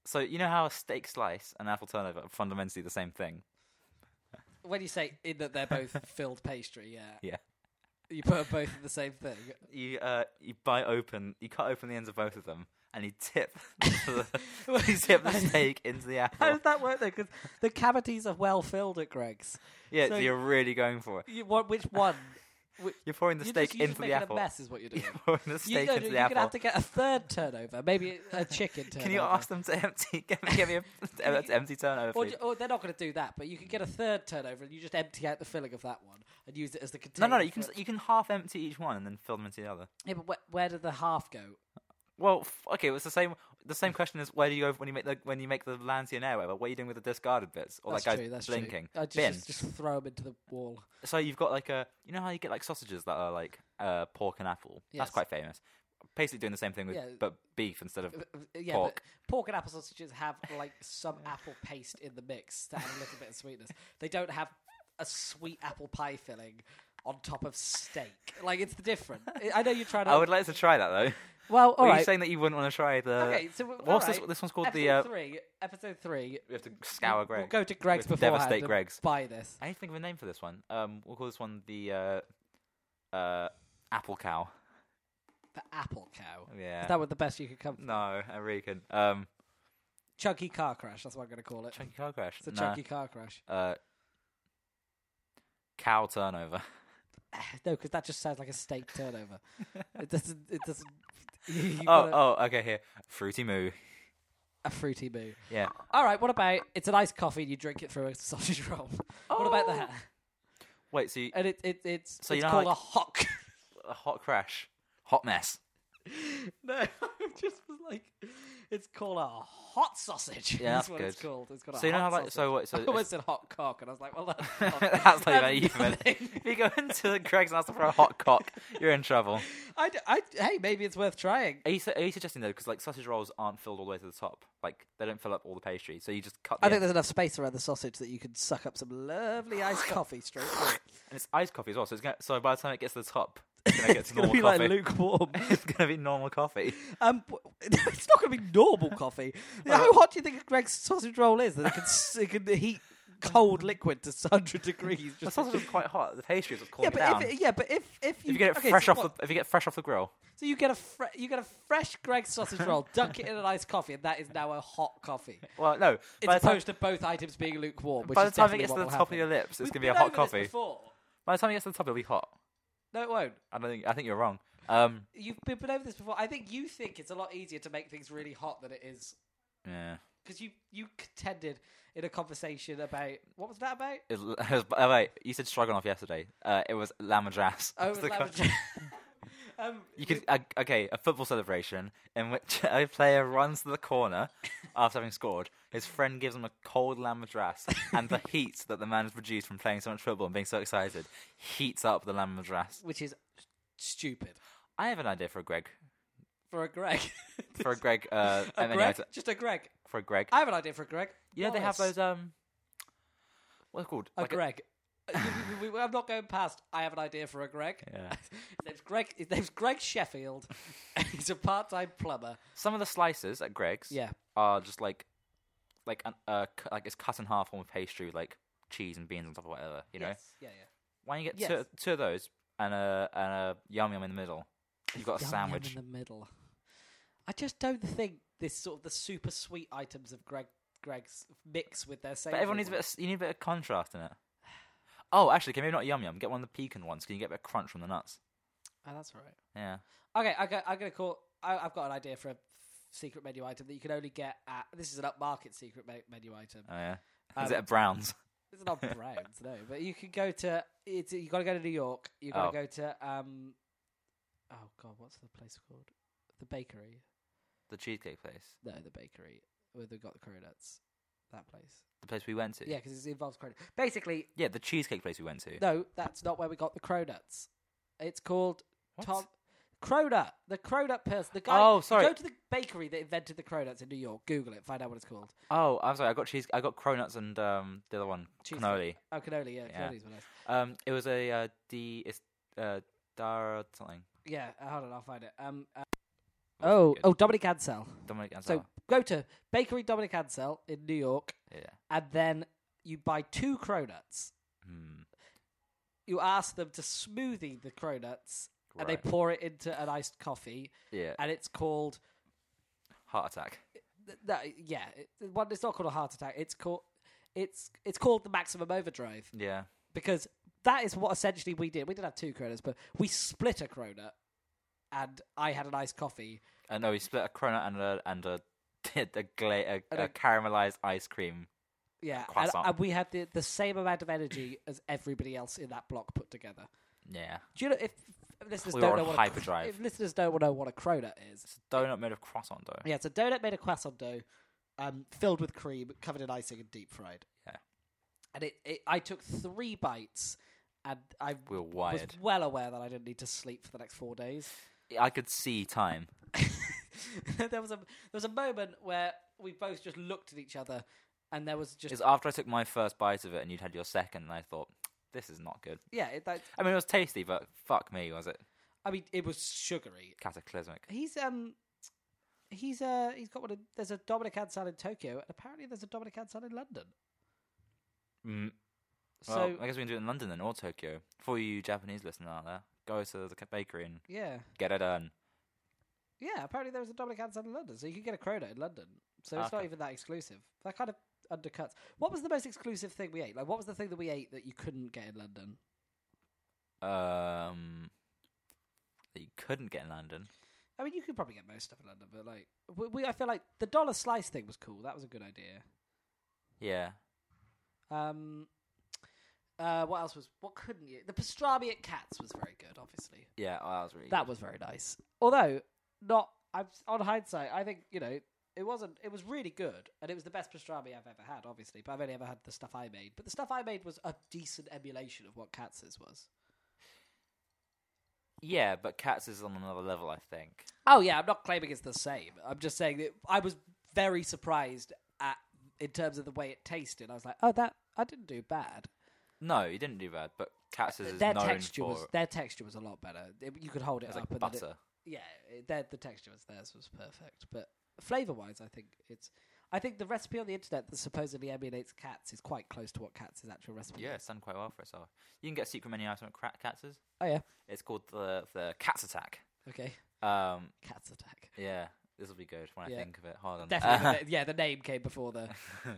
so you know how a steak slice and apple turnover are fundamentally the same thing.
When you say in that they're both filled pastry, yeah,
Yeah.
you put 'em both in the same thing.
You uh, you bite open, you cut open the ends of both of them, and you tip the, you tip the steak into the
How
apple.
does that work though? Because the cavities are well filled at Greg's.
Yeah, so,
so-
you're really going for it.
You, what, which one?
You're pouring the
You're
steak
just, you're
into
just
the
making
apple.
a mess, is what you're doing.
You're pouring the
You,
steak
no,
into
you're
the
going to
apple.
have to get a third turnover, maybe a chicken turnover.
Can you ask them to empty? Get me, get me a that's empty turnover.
Or,
please.
ju- or they're not going to do that, but you could get a third turnover and you just empty out the filling of that one and use it as the
No,
container.
no, no. You
for
can
it.
you can half empty each one and then fill them into the other.
Yeah, but where, where did the half go?
Well, f- okay, it's the same. The same question is where do you go when you make the when you make the Lancia now? Whatever, what are you doing with the discarded bits or
That's
Oh, that guy's
true. That's
blinking
true. I just,
bin?
just just throw them into the wall.
So you've got like a you know how you get like sausages that are like uh, pork and apple.
Yes.
That's quite famous. Basically doing the same thing with
Yeah.
but beef instead of
Uh, uh, Yeah,
Pork.
But pork and apple sausages have like some apple paste in the mix to add a little bit of sweetness. They don't have a sweet apple pie filling on top of steak. Like it's different. I- I know you're trying to.
I would like to try that though.
well, uh, all
Were
right.
you saying that you wouldn't want to try the?
okay, so w-
what's
all
this?
right.
This one's called
episode
the. Uh,
three. Episode three.
we have to scour Greg.
We'll go to Greg's
We have to
beforehand.
Devastate
and
Greg's.
Buy this.
I need to think of a name for this one. Um, we'll call this one the uh, uh, apple cow.
The apple cow.
Yeah.
Is that what the best you could come?
No, I really couldn't. Um,
Chunky car crash. That's what I'm going to call it.
Uh, chunky car crash.
It's a
Nah.
chunky car crash.
Uh, cow turnover.
No, because that just sounds like a steak turnover. it doesn't. It doesn't. you
Oh,
gotta-
oh, okay. Here, fruity moo.
a fruity moo.
Yeah.
All right, what about it's an iced coffee and you drink it through a sausage roll? What about that?
Wait, so you,
And it, it, it's,
Oh. So
it's
you know how,
called
like-
a hock.
a hot crash, hot mess.
no, I just was like, it's called a hot sausage.
Yeah,
that's
that's
what it's
good.
called. It's got a
So you know
hot
how like
sausage.
so what so
I almost said hot cock, and I was like, well, that's, not-
that's not even
that's
an euphemism.
nothing.
If you go into Greg's and ask for a hot cock, you're in trouble.
I, d- I- hey, maybe it's worth trying.
Are you, su- are you suggesting though, because like sausage rolls aren't filled all the way to the top, like they don't fill up all the pastry, so you just cut. The
I think
end.
there's enough space around the sausage that you can suck up some lovely iced coffee straight through.
and it's iced coffee as well. So it's gonna, so by the time it gets to the top, it's gonna get
It's
to
gonna
normal
be
coffee.
like lukewarm.
it's gonna be normal coffee.
Um, w- it's not going to be normal coffee. How hot do you think Greg's sausage roll is that it can s- it can heat cold liquid to hundred degrees?
The
Just
sausage is quite hot. The pastry is
yeah,
cooling
but
down.
if it- yeah, but if if you,
if you get it
okay,
fresh
so
off
what-
the if you get fresh off the grill,
so you get a fre- you get a fresh Greg's sausage roll, dunk it in an iced coffee, and that is now a hot coffee.
well, no.
It's
by the time,
opposed to both items being lukewarm. Which
by the
is
time it
definitely
gets to
what
the
will
top of
happen.
your lips, it's
We've
gonna be a
been
hot
over this
coffee.
before.
By the time it gets to the top, it'll be hot.
No, it won't.
I don't think I think you're wrong. Um,
You've been been over this before. I think you think it's a lot easier to make things really hot than it is
yeah.
because you you contended in a conversation about what was that about?
It was, it was- oh, wait, you said Stroganoff yesterday. Uh, it was Lamajas.
Oh, it
That's
was
the co-
Lambert- um,
You could uh, okay a football celebration in which a player runs to the corner after having scored. His friend gives him a cold lamadras, and the heat that the man has produced from playing so much football and being so excited heats up the lamadras.
which is stupid.
I have an idea for a Greg
for a Greg.
for a Greg. Uh,
a
and then he
Greg?
has a-
Just a Greg.
for a Greg.
I have an idea for a Greg.
You know they have
Wallace.
those um. What's it called?
A
Like a-
Greg. We- we- we- I'm not going past. I have an idea for a Greg.
Yeah.
his name's Greg. His name's Greg Sheffield. and he's a part-time plumber.
Some of the slices at Greg's
Yeah,
are just like, like an uh, cu- like it's cut in half form of pastry with like cheese and beans on top or whatever. You know,
Yes. yeah, yeah.
why don't you get
Yes.
two, two of those and a and a yum yum in the middle? You've got a
Yum yum
sandwich.
in the middle. I just don't think this sort of the super sweet items of Greg Greg's mix with their same.
But everyone needs a bit. Of, s- you need a bit of contrast in it. Oh, actually, okay, maybe not yum yum. Get one of the pecan ones. Can you get a bit of crunch from the nuts?
Oh, that's all right.
Yeah.
Okay, okay, I'm gonna call. I, I've got an idea for a secret menu item that you can only get at. This is an upmarket secret me- menu item.
Oh yeah. Is
Um,
it at Browns?
It's not Browns, no, but you can go to. It's you got to go to New York. You got
Oh.
to go to. um Oh God, what's the place called? The bakery.
The cheesecake place.
No, the bakery where they got the cronuts. That place.
The place we went to.
Yeah, because it involves cronuts. Basically,
Yeah, the cheesecake place we went to.
No, that's not where we got the cronuts. It's called
What?
Tom Cronut. The cronut person. The guy.
Oh,
you
sorry.
Go to the bakery that invented the cronuts in New York. Google it. Find out what it's called.
Oh, I'm sorry. I got cheese. I got cronuts and um the other one
Cheese-
cannoli.
Oh, cannoli. Yeah,
Yeah.
cannoli's one. nice.
Um, it was a uh, D. It's uh Dara something.
Yeah, uh, hold on, I'll find it. Um. uh,
That's
oh,
good.
oh, Dominic Ansel.
Dominic and
So go to bakery Dominic Ansel in New York,
yeah.
and then you buy two cronuts.
Hmm.
You ask them to smoothie the cronuts, and
Right.
they pour it into an iced coffee,
Yeah.
and it's called
Heart attack.
th- that, yeah, it, it- one, it's not called a heart attack. It's called it's it's called the maximum overdrive
Yeah.
because that is what essentially we did. We didn't have two cronuts, but we split a cronut, and I had an iced coffee.
Uh, no, we split a cronut and a and a a, gla- a,
And
a,
a-
caramelized ice cream.
Yeah, and,
Croissant.
and we had the, the same amount of energy as everybody else in that block put together.
Yeah.
Do you know if, if listeners
We were
don't
on
know what A,
hyperdrive.
cr- if listeners don't know what a cronut is?
It's a donut made of croissant dough.
Yeah, it's a donut made of croissant dough, um, filled with cream, covered in icing, and deep fried.
Yeah.
and it, it I took three bites, and I
We were
was
wired.
well aware that I didn't need to sleep for the next four days.
I could see time.
there was a there was a moment where we both just looked at each other, and there was just
It's after I took my first bite of it and you'd had your second, and I thought, this is not good.
yeah. It, that,
I mean, it was tasty, but fuck me, was it
I mean, it was sugary.
cataclysmic?
He's um. He's uh he's got one. In, there's a Dominic Ansel in Tokyo, and apparently there's a Dominic Ansel in London.
Mm.
So
Well, I guess we can do it in London then, or Tokyo. For you Japanese listener out there, go to the ca- bakery and
yeah,
get it done.
yeah. Apparently there was a Dominic Ansel in London, so you can get a Crona in London. So it's not
Okay.
even that exclusive. That kind of undercuts. What was the most exclusive thing we ate? Like, what was the thing that we ate that you couldn't get in London?
Um, that you couldn't get in London.
I mean, you could probably get most stuff in London, but like, we, we I feel like the dollar slice thing was cool. That was a good idea.
Yeah.
Um, uh, what else was? What couldn't you? The pastrami at Cats was very good. Obviously,
Yeah, oh, that was really
that
good.
was very nice. Although, not. I'm on hindsight. I think you know it wasn't. It was really good, and it was the best pastrami I've ever had. Obviously, but I've only ever had the stuff I made. But the stuff I made was a decent emulation of what Katz's was.
Yeah, but Cats is on another level, I think.
Oh yeah, I'm not claiming it's the same. I'm just saying that I was very surprised at in terms of the way it tasted. I was like, oh, that I didn't do bad.
No, you didn't do bad, but Cats is
their
known
texture
for
was their texture was a lot better. It- you could hold it
it's
up
like
and then it-
butter.
yeah, it, their, the texture was theirs was perfect. But flavor wise, I think it's. I think the recipe on the internet that supposedly emulates cats is quite close to what cats' actual recipe.
Yeah,
is.
it's done quite well for itself. You can get a secret menu item at Cra- Katz's.
Oh yeah.
It's called the the Cats Attack.
Okay.
Um,
Cats attack.
yeah, this will be good when
Yeah.
I think of it. Hold on.
Definitely. the na- yeah, the name came before the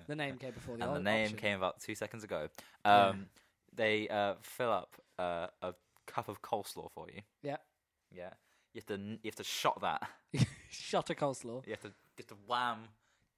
the name came before the
and the
o-
name
option.
came about two seconds ago.
Yeah.
Um, They uh, fill up uh, a cup of coleslaw for you.
Yeah.
Yeah. You have to n- you have to shot that.
Shot a coleslaw.
You have to you have to wham.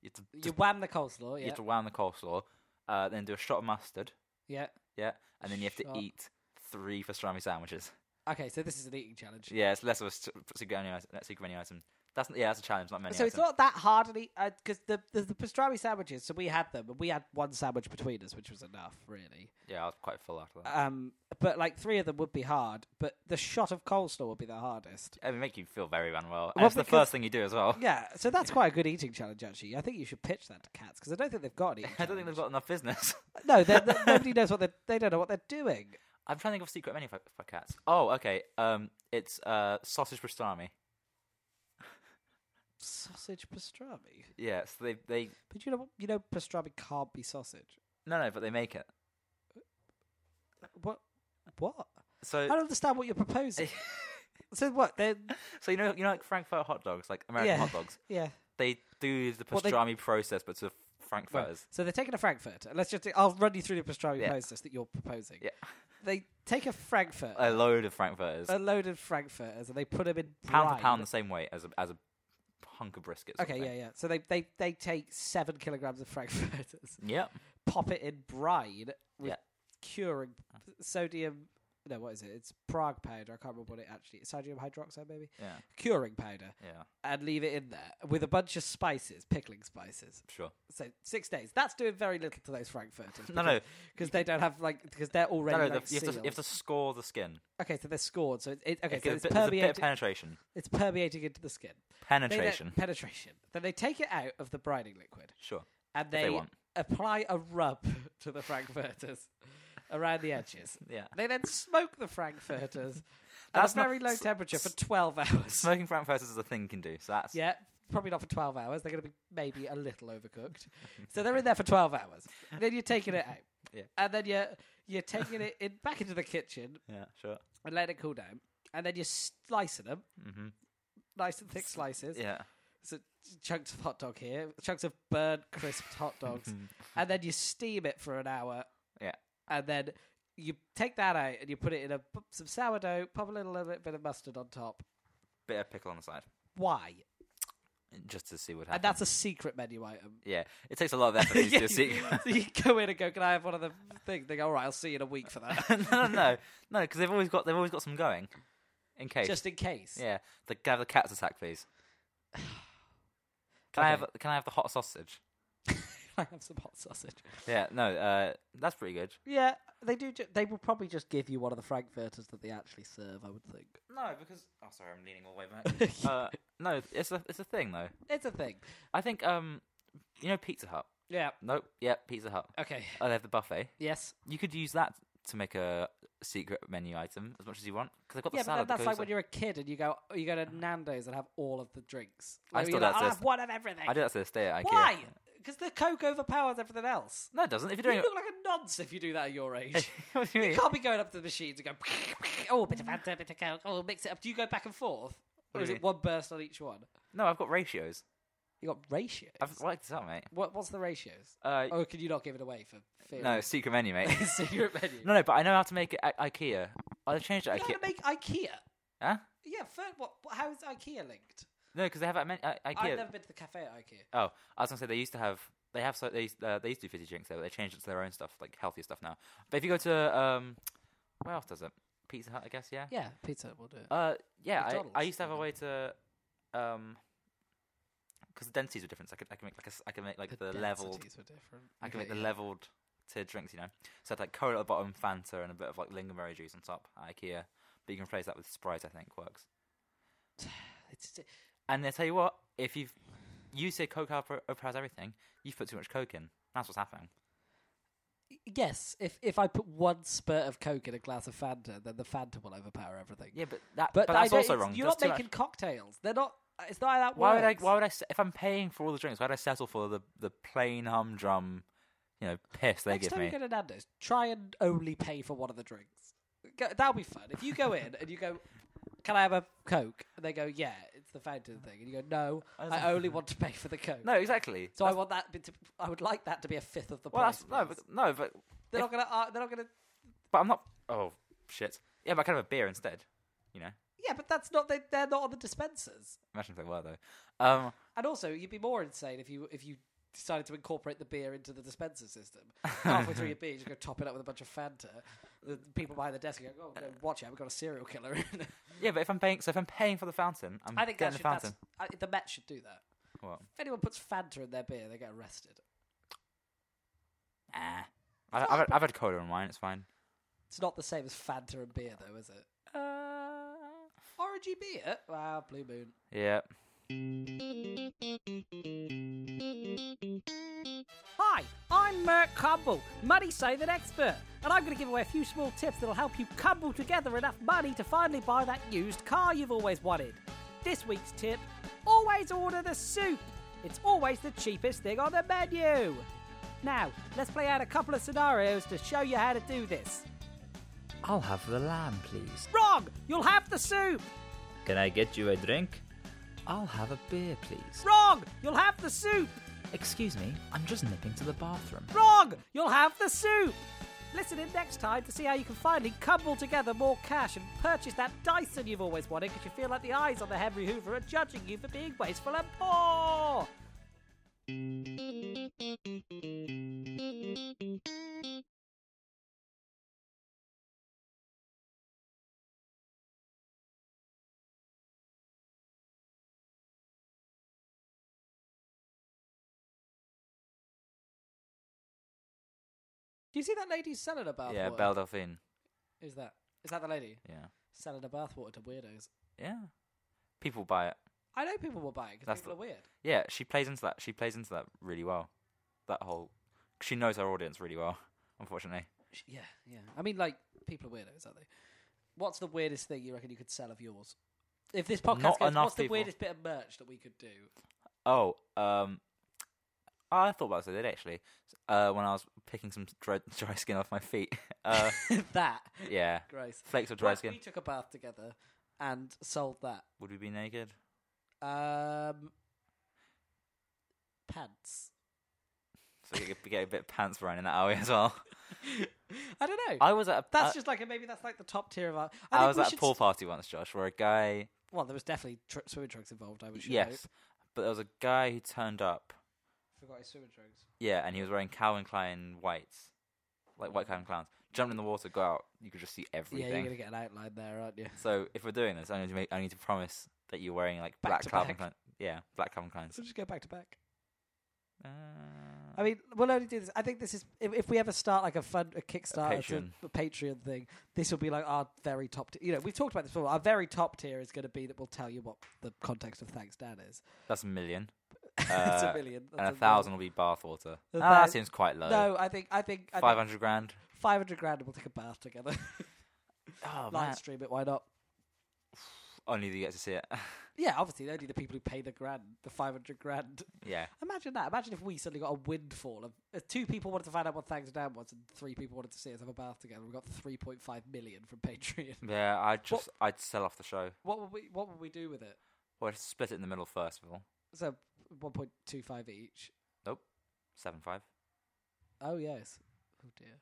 You have to,
You
just-
wham the coleslaw.
you
Yeah.
have to wham the coleslaw. Uh, then do a shot of mustard.
Yeah.
Yeah, and then you have to
Shot.
eat three pastrami sandwiches.
Okay, so this is an eating challenge.
Yeah, it's less of a s- secret menu item. Secret menu item. That's yeah, that's a challenge. Not many.
So it's not
items.
that hard, because the, the the pastrami sandwiches. So we had them, and we had one sandwich between us, which was enough, really.
Yeah, I was quite full after that.
Um, but like three of them would be hard, but the shot of coleslaw would be the hardest.
it would make you feel very unwell.
Well,
and it's the
because-
first thing you do as well.
Yeah, so that's quite a good eating challenge actually. I think you should pitch that to cats because I don't think they've got any.
I don't think they've got enough business.
No, they're, they're- nobody knows what they they don't know what they're doing.
I'm trying to think of a secret menu for, for cats. Oh, okay. Um, it's uh sausage pastrami.
Sausage pastrami,
Yeah, so they they
but you know what- you know pastrami can't be sausage.
no no, but they make it.
What? What? I
So
don't understand what you're proposing. so what? They're
so you know you know like Frankfurt hot dogs, like American
Yeah.
hot dogs.
yeah.
They do the
Well, they-
pastrami process, but to
Well,
Frankfurters.
so they're taking a Frankfurt. Let's just. I'll run you through the pastrami
Yeah.
process that you're proposing.
Yeah.
They take a Frankfurt,
a load of Frankfurters,
a load of Frankfurters, and they put them in
pound
brine.
for pound, the same weight as a as a hunk of brisket. sort of
Okay, yeah,
thing.
yeah. So they, they, they take seven kilograms of frankfurters,
Yep.
pop it in brine with
Yeah.
curing sodium. No, what is it? It's Prague powder. I can't remember what it actually. Sodium hydroxide, maybe
Yeah.
curing powder,
Yeah.
and leave it in there with a bunch of spices, pickling spices.
Sure.
So six days. That's doing very little to those frankfurters.
No, no.
because they don't have like because they're
No,
already
no,
like
the, you, have to, you
sealed.
have to score the skin.
Okay, so they're scored. So it, it, okay,
It
so it's
gives a bit, there's a bit of
permeating.
penetration.
It's permeating into the skin. They then-
Penetration.
penetration. Then they take it out of the brining liquid.
Sure.
and
they
they,
want.
apply a rub to the frankfurters around the edges.
Yeah.
They then smoke the frankfurters at a
That's not-
very low temperature for 12 hours.
Smoking Frankfurters is a thing you can do. So that's
Yeah, probably not for 12 hours. They're going to be maybe a little overcooked. so they're in there for 12 hours. Then you're taking it out.
Yeah.
And then you're, you're taking it in, back into the kitchen
yeah. Sure.
and letting it cool down. And then you're slicing them.
Mm-hmm.
Nice and thick slices.
Yeah.
So chunks of hot dog here, chunks of burnt, crisped hot dogs, and then you steam it for an hour.
Yeah.
And then you take that out and you put it in a some sourdough, pop a little, little bit of mustard on top.
Bit of pickle on the side,
Why?
just to see what happens.
And Uh, that's a secret menu item.
yeah. It takes a lot of effort to do a
so
secret.
you go in and go, "Can I have one of the things?" They go, "All right, I'll see you in a week for that,
no, no, no, no, because they've always got they've always got some going, in case.
just in case."
yeah, the have the cat's attack, please. Can I
Okay.
have can I have the hot sausage?
I have some hot sausage.
Yeah, no, uh, that's pretty good.
Yeah, they do. Ju- they will probably just give you one of the frankfurters that they actually serve. I would think
No, because oh, sorry, I'm leaning all the way back. uh, no, it's a it's a thing though.
it's a thing.
I think um, you know Pizza Hut.
Yeah.
Nope. Yeah, Pizza Hut.
Okay.
Oh, they have the buffet.
Yes.
You could use that to make a secret menu item as much as you want because they've got the
Yeah, but
salad.
then that's
that
like
goes-
when you're a kid and you go you go to Nando's and have all of the drinks.
I
Like,
still
you're
do
like,
that to
I'll
this-
have one of everything.
I do that to this day at IKEA.
Why? Because the Coke overpowers everything else.
No, it doesn't. If you're
You look
doing
like a nonce if you do that at your age.
What do you
you
mean?
can't be going up to the machines and go, oh, a bit of Fanta, a bit of Coke, oh, mix it up. Do you go back and forth?
What
Or
do
is
you
it
mean?
one burst on each one?
No, I've got ratios.
You got ratios.
I've worked this out, mate.
What, what's the ratios?
Uh,
Or can you not give it away for fear?
no,
of
secret menu, mate.
the secret menu.
no, no, but I know how to make it at IKEA. I changed it.
you
IKEA.
to make IKEA.
Huh?
Yeah, first, what, how is IKEA linked?
No, because they have at many, I IKEA.
I've never been to the cafe at IKEA.
Oh, I was gonna say they used to have. They have so they used- uh, they used to do fizzy drinks there, but they changed it to their own stuff, like healthier stuff now. But if you go to um, where else does it? Pizza Hut, I guess. Yeah.
Yeah, pizza will do it.
Uh, yeah. I, I
McDonald's,
used to have a
even.
way to um, because the densities were different. So I could I could make like a s I could make like the, leveled.
densities were different.
I could
Okay,
make the
yeah.
leveled to drinks, you know. So I'd like cola at the bottom, Fanta, and a bit of like lingonberry juice on top. At IKEA, but you can replace that with Sprite. I think works.
It's,
And I tell you what, if you've you say Coke over- overpowers everything, you've put too much Coke in. That's what's happening.
yes, if if I put one spurt of Coke in a glass of Fanta, then the Fanta will overpower everything.
Yeah, but that
but,
but,
I
that's
don't-
also
it's-
wrong.
You're
That's
not
too much.
making cocktails. They're not. It's not how that
Why would I?
works.
Why would I? se- If I'm paying for all the drinks, why would I settle for the the plain humdrum, you know, piss they
Next
give
time
me?
you go to Nando's, try and only pay for one of the drinks. Go, that'll be fun. If you go in and you go, "Can I have a Coke?" and they go, "Yeah, it's the fountain thing," and you go, "No, I only want to pay for the Coke."
No, exactly.
So I want that. bit To, I would like that to be a fifth of the
well,
price.
that's, no, but,
please.
no, but
they're not gonna. Uh, they're not gonna.
but I'm not. Oh shit! Yeah, but I can have a beer instead. You know,
Yeah, but that's not. They, they're not on the dispensers.
imagine if they were though. Um,
And also, you'd be more insane if you if you decided to incorporate the beer into the dispenser system. Halfway through your beer, you just go top it up with a bunch of Fanta. the people behind the desk are going, "Oh, no, watch out, we've got a serial killer." in there."
Yeah, but if I'm paying, so if I'm paying for the fountain, I'm
I think that
getting
should,
Mm, the
that's,
fountain.
I, the Met should do that.
What?
If anyone puts Fanta in their beer, they get arrested.
Nah. I, I've, had, I've had cola in mine. It's fine.
It's not the same as Fanta and beer, though, is it? Orangey beer. Wow, Blue Moon.
Yeah.
Hi, I'm Mert Cumble, money saving expert, and I'm going to give away a few small tips that'll help you cumble together enough money to finally buy that used car you've always wanted. This week's tip always order the soup, it's always the cheapest thing on the menu. Now, let's play out a couple of scenarios to show you how to do this.
I'll have the lamb, please.
Wrong! You'll have the soup!
Can I get you a drink? I'll have a beer, please.
Wrong! You'll have the soup!
Excuse me, I'm just nipping to the bathroom.
Wrong! You'll have the soup! Listen in next time to see how you can finally cobble together more cash and purchase that Dyson you've always wanted because you feel like the eyes on the Henry Hoover are judging you for being wasteful and poor!
Do you see that lady selling a bathwater?
yeah, Belle Delphine.
Is that is that the lady
Yeah.
selling a bathwater to weirdos?
Yeah. People buy it.
I know people will buy it because
That's
people
the-
are weird.
Yeah, she plays into that. She plays into that really well. That whole. She knows her audience really well, unfortunately.
Sh- Yeah, yeah. I mean, like people are weirdos, aren't they? What's the weirdest thing you reckon you could sell of yours? If this podcast
Not
goes,
enough
what's the
people.
weirdest bit of merch that we could do?
Oh, um, I thought about it today actually. Uh, when I was picking some dry, dry skin off my feet. Uh,
that
yeah,
gross.
flakes of
What
dry
if
skin.
We took a bath together and sold that.
Would we be naked?
Um, pants.
So we could get a bit of pants running in that alley as well. Uh,
I don't know.
I was at a,
that's
I-
just like a, maybe that's like the top tier of our. I,
I
think
was
we
at a
should
pool
s-
party once, Josh, where a guy
Well, there was definitely tr- swimming trunks involved. I would. should hope.
yes, but there was a guy who turned up.
forgot his swimming trunks.
Yeah, and he was wearing Calvin Klein whites, like white Calvin Kleins. Jumped in the water, go out. You could just see
Yeah,
everything.
you're gonna get an outline there, aren't you?
So if we're doing this, I need to make, I need to promise that you're wearing like
Back
black
to
Calvin
back.
Klein. Yeah, black Calvin Kleins.
So just go back to back.
Uh,
I mean, we'll only do this. I think this is if, if we ever start like a fund, a Kickstarter, to-
Patreon.
a Patreon thing. This will be like our very top. T- you know, we've talked about this before. Our very top tier is going to be that we'll tell you what the context of Thanks Dan is.
Uh, that's a million.
it's
Uh,
a million
and
That's
a thousand will be bathwater.
A
Ah, that
thou-
seems quite low.
No, I think I think
Five hundred grand.
five hundred grand. and We'll take a bath together.
Oh man,
Live stream it. Why not?
only you get to see it.
Yeah, obviously only the people who pay the grand, the five hundred grand.
yeah,
Imagine that. Imagine if we suddenly got a windfall of if two people wanted to find out what Thanks Dan was, and three people wanted to see us have a bath together. We got three point five million from Patreon.
yeah. I just I'd sell off the show.
What would we What would we do with it?
Well, I'd split it in the middle first of all.
So one point two five each.
Seven five.
Oh yes. Oh dear.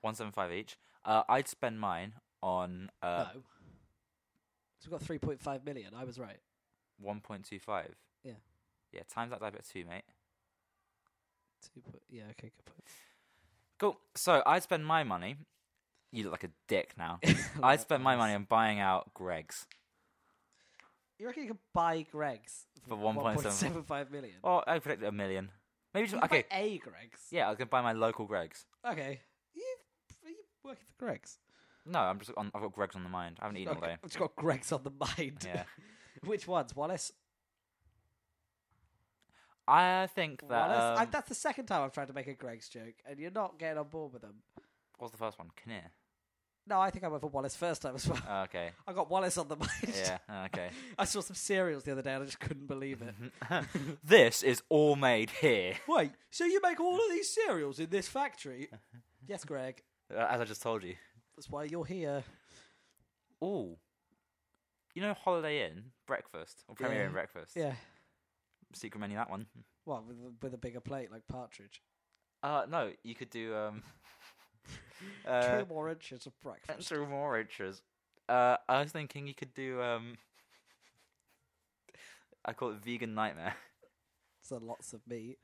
One seven five each. Uh, I'd spend mine on uh,
no. So we got three point five million. I was right.
one point two five.
Yeah.
Yeah. Times that by two, mate.
Two point, yeah. Okay. Good point.
Cool. So I'd spend my money. You look like a dick now. I'd spend my money on buying out Greg's.
You reckon you could buy Greg's
For 1.75
seven five million?
Oh, I predicted a million. Maybe
You
just
could buy
okay.
a Greg's.
Yeah, I was gonna buy my local Greg's.
Okay. You, are you working for Greg's?
No, I'm just on, I've got Greg's on the mind. I haven't eaten all
Okay,
day.
I've just got Greg's on the mind.
Yeah.
Which ones, Wallace?
I think that.
Wallace? I,
um,
that's the second time I've tried to make a Greg's joke, and you're not getting on board with them.
What's the first one? Kinnear.
No, I think I went for Wallace first time as well.
Oh, okay.
I got Wallace on the mind.
Yeah. oh, Okay.
I saw some cereals the other day and I just couldn't believe it.
Mm-hmm. this is all made here.
Wait, so you make all of these cereals in this factory? yes, Greg.
Uh, As I just told you.
That's why you're here.
Oh. You know Holiday Inn breakfast or Premier
Yeah.
Inn breakfast.
Yeah.
Secret menu that one.
Well, with, a- with a bigger plate like partridge.
Uh no, you could do um. uh,
Two more inches of breakfast.
Spencer more riches. Uh, I was thinking you could do um. I call it vegan nightmare.
So lots of meat.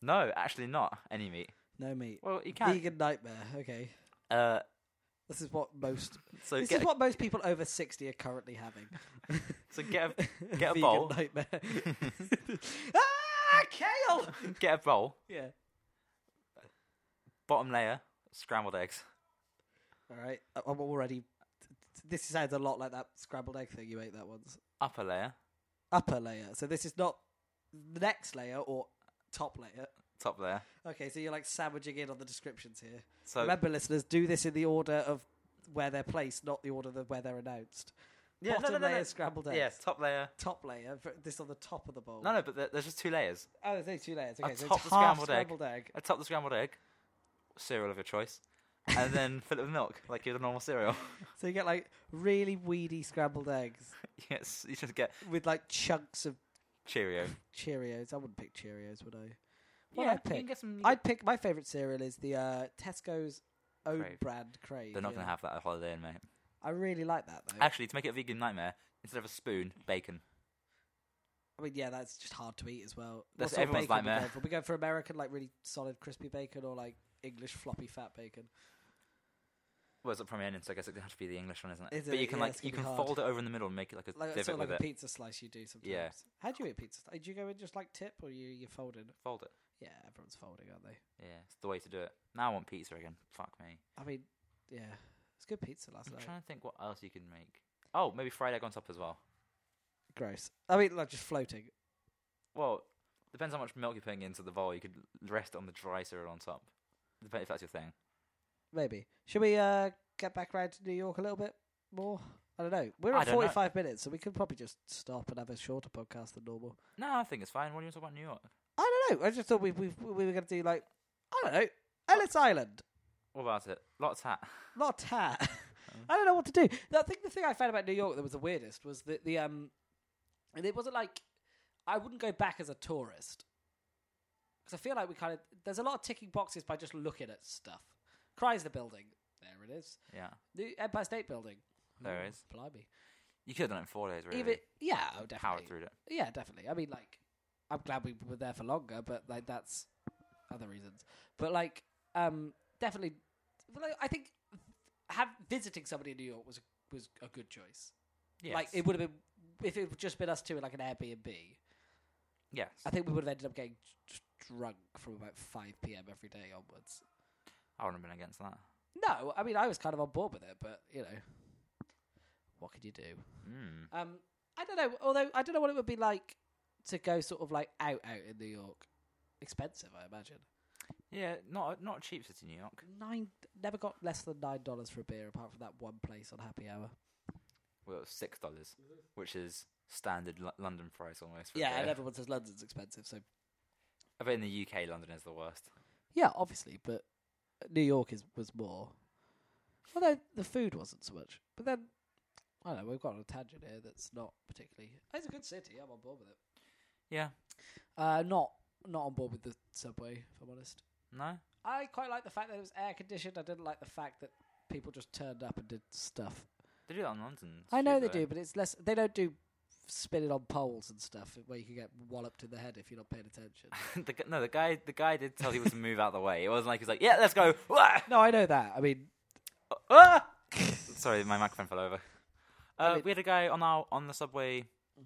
No, actually not any meat.
No meat.
Well, you can't.
Vegan nightmare. Okay.
Uh,
This is what most.
So
This
get
is what most people over sixty are currently having.
so get a, get a
Vegan
bowl,
nightmare. ah, kale.
get a bowl,
Yeah.
bottom layer scrambled eggs.
All right. I- I'm already. This sounds a lot like that scrambled egg thing you ate that once.
upper layer,
Upper layer. So this is not the next layer or top layer.
top layer.
Okay, so you're like sandwiching in on the descriptions here.
So
Remember, listeners, do this in the order of where they're placed, not the order of where they're announced.
Yeah, no,
Bottom
no, no,
layer
no.
scrambled eggs.
yes, top layer.
Top layer. v- This on the top of the bowl.
No, no, but there- there's just two layers.
Oh, there's only two layers. Okay, so
top
it's
the
half
scrambled egg.
scrambled egg.
Atop the scrambled egg, cereal of your choice, and then fill it with milk like you're the normal cereal.
So you get like really weedy scrambled eggs
yes, you just get
with like chunks of
Cheerio.
Cheerios. I wouldn't pick Cheerios, would I? What would I
you
pick?
can get some.
I'd pick my favorite cereal is the uh, Tesco's own
Crave.
brand Crave.
They're not
yeah.
gonna have that at Holiday Inn, mate.
I really like that though.
Actually, to make it a vegan nightmare, instead of a spoon, bacon.
I mean, yeah, that's just hard to eat as well.
That's
what sort of
everyone's
bacon are we
nightmare.
going for? We going for American, like really solid crispy bacon, or like English floppy fat bacon.
Well, it's a Premier Inn, so I guess it has to be the English one, isn't it?
Is
but
it?
you can
Yeah,
like
it's
you
gonna
can
be hard.
fold it over in the middle and make it like a
Like
divot
sort of like
with
a
it.
pizza slice you do sometimes.
Yeah.
How do you eat pizza? sli- Do you go in just like tip, or you you fold it?
Fold it.
Yeah, everyone's folding, aren't they?
Yeah, it's the way to do it. Now I want pizza again. Fuck me.
I mean, yeah, it's good pizza last
I'm
night.
trying to think what else you can make. Oh, maybe fried egg on top as well.
Gross. I mean, like just floating.
Well, depends how much milk you're putting into the bowl. You could rest it on the dry cereal on top. Depends if that's your thing.
Maybe. Should we uh, get back around to New York a little bit more? I don't know. We're
I
at
don't know.
45 minutes, so we could probably just stop and have a shorter podcast than normal.
No, I think it's fine. What do you want to talk about New York?
I don't know. I just thought we we, we were going to do, like, I don't know, Ellis Island.
What about it? Lots hat.
Not tat. I don't know what to do. I think the thing I found about New York that was the weirdest was that the, um, and it wasn't like, I wouldn't go back as a tourist. Because I feel like we kind of, there's a lot of ticking boxes by just looking at stuff. Chrysler Building. There it is.
Yeah,
The Empire State Building.
There
Ooh,
is.
Blimey.
you could have done it in four days. Really,
Even yeah, oh,
power
definitely.
through it.
Yeah, definitely. I mean, like, I'm glad we were there for longer, but like that's other reasons. But like, um, definitely, but, like, I think have visiting somebody in New York was was a good choice.
Yes.
Like, it would have been if it had just been us two in like an Airbnb.
Yes.
I think we would have ended up getting d- drunk from about five p.m. every day onwards.
I wouldn't have been against that.
No, I mean I was kind of on board with it, but you know, what could you do?
Mm.
Um, I don't know. Although I don't know what it would be like to go sort of like out out in New York. Expensive, I imagine.
Yeah, not not a cheap city, New York.
Nine never got less than nine dollars for a beer, apart from that one place on Happy Hour.
Well, it was six dollars, which is standard L- London price almost. For a
Yeah,
beer.
and everyone says London's expensive, so
I bet in the UK, London is the worst.
yeah, obviously. But New York is was more. Although the food wasn't so much, but then I don't know. We've got on a tangent here that's not particularly. It's a good city. I'm on board with it.
Yeah.
Uh, not not on board with the subway, if I'm honest.
No.
I quite like the fact that it was air conditioned. I didn't like the fact that people just turned up and did stuff.
They do that in London.
I know they
stupid,
do, but it's less. They don't do spinning on poles and stuff where you can get walloped in the head if you're not paying attention.
though. the, gu- no, the guy the guy did tell people to move out of the way. It wasn't like he was like, yeah, let's go. Wah!
no, I know that. I mean,
Ah! Sorry, my microphone fell over. Uh,
mean-
we had a guy on our on the subway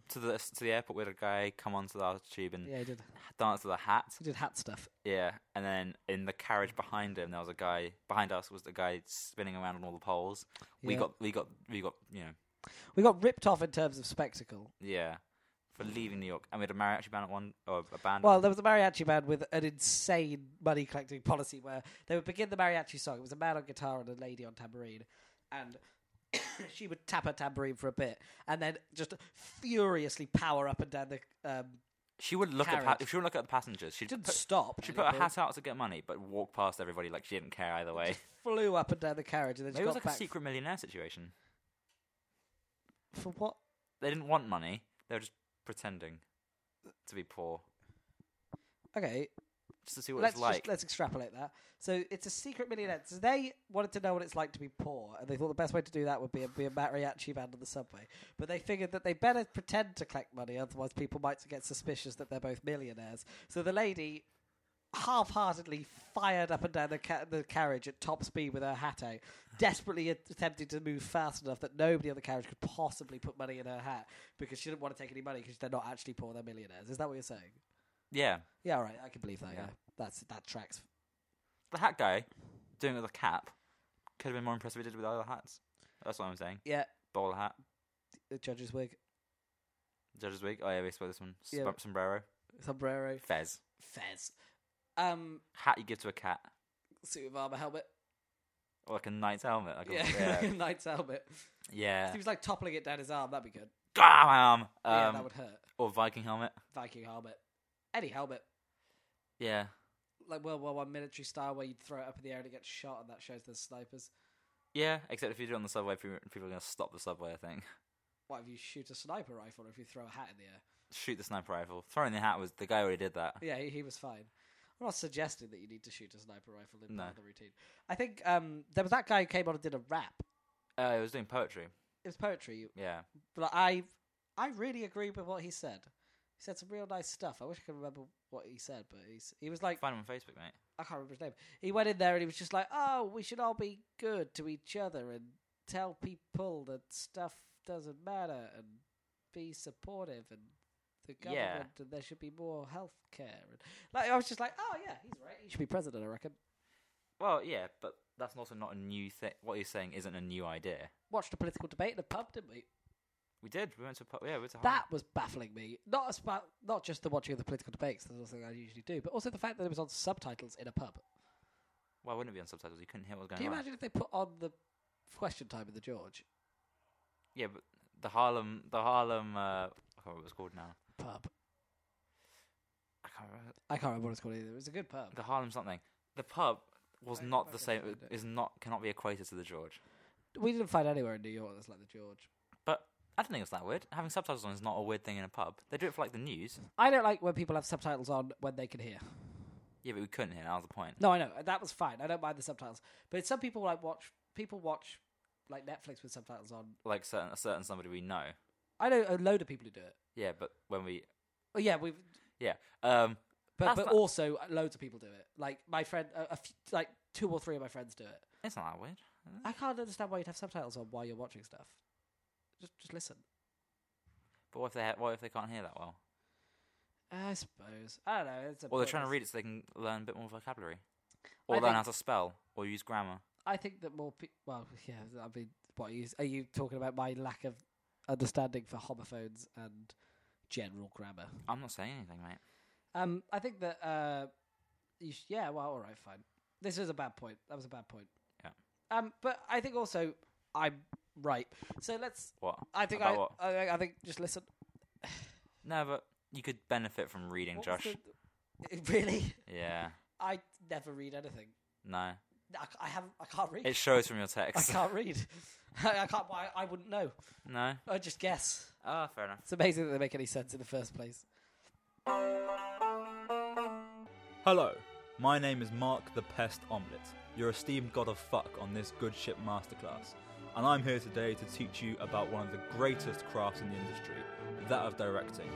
to the to the airport. We had a guy come onto our tube and
yeah, he did.
dance with a hat.
He did hat stuff.
Yeah, and then in the carriage behind him, there was a guy behind us. Was the guy spinning around on all the poles? We
Yeah.
got we got we got you know
We got ripped off in terms of spectacle.
yeah for leaving New York. And we had a mariachi band at one or a band.
Well, there was a mariachi band with an insane money collecting policy where they would begin the mariachi song. It was a man on guitar and a lady on tambourine, and she would tap her tambourine for a bit and then just furiously power up and down the. Um,
she would look at pa-
carriage.
if she would look at the passengers. She
didn't
put,
stop.
She
at
put
any
her
point.
hat out to get money, but walked past everybody like she didn't care either way.
flew up and down the carriage and then
Maybe
she
it
got
was like a
back
secret millionaire situation.
for what?
They didn't want money. They were just pretending to be poor,
Okay,
just to see what
let's
it's
just-
like.
let's extrapolate that. So it's a secret millionaire. So they wanted to know what it's like to be poor, and they thought the best way to do that would be a, be a mariachi band on the subway. But they figured that they better pretend to collect money, otherwise people might get suspicious that they're both millionaires. So the lady half-heartedly fired up and down the, ca- the carriage at top speed with her hat out, desperately attempting to move fast enough that nobody on the carriage could possibly put money in her hat because she didn't want to take any money because they're not actually poor; they're millionaires. Is that what you're saying?
Yeah.
Yeah, all right. I can believe that. Yeah,
Yeah.
that's that tracks.
The hat guy doing it with a cap could have been more impressive if he did it with other hats. That's what I'm saying.
Yeah,
Bowler hat,
the judge's wig,
Judges Week. Oh, yeah, we spoke this one. Sp-
Yeah.
Sombrero,
sombrero,
fez.
fez, um,
Hat you give to a cat.
suit of armor, helmet.
Or like a knight's helmet. Like
Yeah,
A, yeah.
knight's helmet. If
yeah.
he was like toppling it down his arm, that'd be good.
Gah, um,
yeah, that would hurt.
Or Viking helmet.
Viking helmet, any helmet.
Yeah.
like World War One military style, where you'd throw it up in the air and it gets shot, and that shows the snipers.
Yeah, except if you do it on the subway, people people are going to stop the subway, I think.
What if you shoot a sniper rifle, or if you throw a hat in the air?
Shoot the sniper rifle. Throwing the hat was. The guy already did that.
Yeah, he, he was fine. I'm not suggesting that you need to shoot a sniper rifle in
No.
part of the routine. I think um, there was that guy who came on and did a rap.
Uh, he was doing poetry.
It was poetry,
Yeah.
but I I really agree with what he said. He said some real nice stuff. I wish I could remember what he said, but he's, he was like,
Find him on Facebook, mate.
I can't remember his name. He went in there and he was just like, "Oh, we should all be good to each other and tell people that stuff doesn't matter and be supportive and the government
Yeah.
and there should be more health care." And like I was just like, "Oh yeah, he's right. He should be president, I reckon."
Well, yeah, but that's also not a new thing. What he's saying isn't a new idea.
Watched a political debate in a pub, didn't we?
We did. We went to a pub. Yeah, we went to
That was baffling me. Not as ba- not just the watching of the political debates, that's not something I usually do, but also the fact that it was on subtitles in a pub.
Why wouldn't it be on subtitles? You couldn't hear what
Can
was going
you
on.
imagine if they put on the question time in the George
Yeah, but the Harlem, the Harlem. Uh, I can't remember what it's called now.
pub?
I can't remember.
I can't remember what it's called either. It was a good pub.
The Harlem something. The pub was
I-
not
I
the
can
same.
find it.
Is not cannot be equated to the George.
We didn't find anywhere in New York that's like the George.
But I don't think it's that weird. Having subtitles on is not a weird thing in a pub. They do it for like the news.
I don't like when people have subtitles on when they can hear.
Yeah, but we couldn't hear. That was the point.
No, I know that was fine. I don't mind the subtitles, but some people like watch people watch like Netflix with subtitles on.
Like certain a certain somebody we know.
I know a load of people who do it.
Yeah, but when we
Oh yeah, we've
yeah um
but
That's
but
not-
also loads of people do it. Like my friend, a, a few, like two or three of my friends do it.
it's not that weird.
I can't understand why you'd have subtitles on while you're watching stuff. Just just listen.
But what if they ha- what if they can't hear that well?
I suppose I don't know. It's a
Or they're trying to
pointless-
read it so they can learn a bit more vocabulary, or
I
learn
think-
how to spell, or use grammar.
I think that more people. Well, yeah. I mean, what are you, are you talking about? My lack of understanding for homophones and general grammar.
I'm not saying anything, mate.
Um, I think that. Uh, you sh- yeah. Well, all right, fine. This is a bad point. That was a bad point.
Yeah.
Um, but I think also I'm right. So let's.
What?
I think
About
I,
what?
I. think- I think just listen.
No, but you could benefit from reading,
What was
Josh.
the- really,
Yeah.
I never read anything.
No.
I, I haven't. I can't read.
It shows from your
I
text.
can't read. I, I can't. I, I wouldn't know.
No.
I just guess.
Ah, fair enough.
It's amazing that they make any sense in the first place.
Hello, my name is Mark the Pest Omelette, your esteemed god of fuck on this Good Ship Masterclass, and I'm here today to teach you about one of the greatest crafts in the industry, that of directing.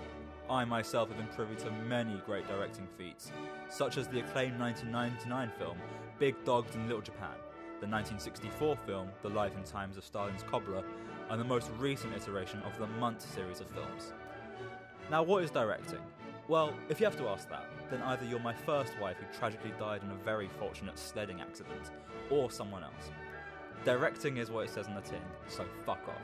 I myself have been privy to many great directing feats, such as the acclaimed 1999 film Big Dogs in Little Japan, the 1964 film The Life and Times of Stalin's Cobbler, and the most recent iteration of the Munt series of films. Now, what is directing? Well, if you have to ask that, then either you're my first wife who tragically died in a very fortunate sledding accident, or someone else. Directing is what it says on the tin, so fuck off.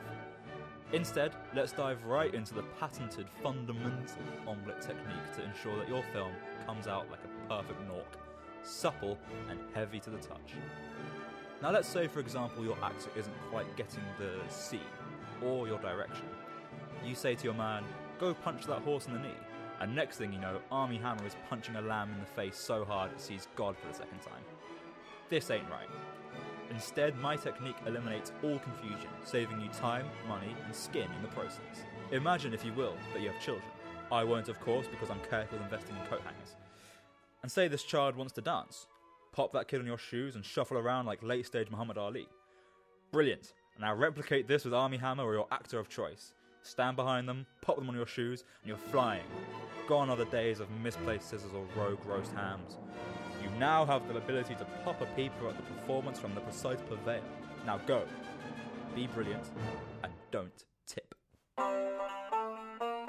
Instead, let's dive right into the patented fundamental omelette technique to ensure that your film comes out like a perfect nork, supple and heavy to the touch. Now, let's say, for example, your actor isn't quite getting the scene or your direction. You say to your man, go punch that horse in the knee. And next thing you know, Army Hammer is punching a lamb in the face so hard it sees God for the second time. This ain't right. Instead, my technique eliminates all confusion, saving you time, money, and skin in the process. Imagine, if you will, that you have children. I won't, of course, because I'm careful investing in coat hangers. And say this child wants to dance. Pop that kid on your shoes and shuffle around like late stage Muhammad Ali. Brilliant. Now replicate this with Army Hammer or your actor of choice. Stand behind them, pop them on your shoes, and you're flying. Gone are the days of misplaced scissors or rogue roast hams. You now have the ability to pop a peeper at the performance from the precise purveyor. Now go. Be brilliant and don't tip.
Man,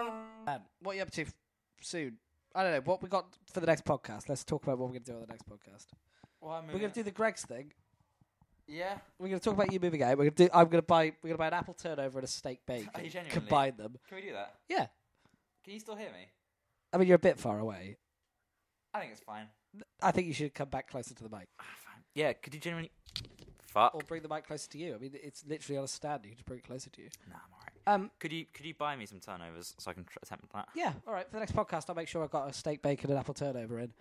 Um, what are you up to f- soon? I don't know what we got for the next podcast. Let's talk about what we're going to do on the next
Oh,
podcast.
Well, I mean,
We're going to do the Greg's thing.
yeah.
We're going to talk about you moving out. We're going to do. I'm going to buy. We're going to buy an apple turnover and a steak bake.
Are you
and
genuinely?
combine them.
Can we do that?
Yeah.
Can you still hear me?
I mean, you're a bit far away.
I think it's fine.
I think you should come back closer to the mic,
Yeah. Could you genuinely? Fuck.
or bring the mic closer to you. I mean, it's literally on a stand. You can just bring it closer to you.
Nah, I'm alright.
Um.
Could you could you buy me some turnovers so I can tr- attempt that?
Yeah. All right. For the next podcast, I'll make sure I've got a steak bacon and apple turnover in.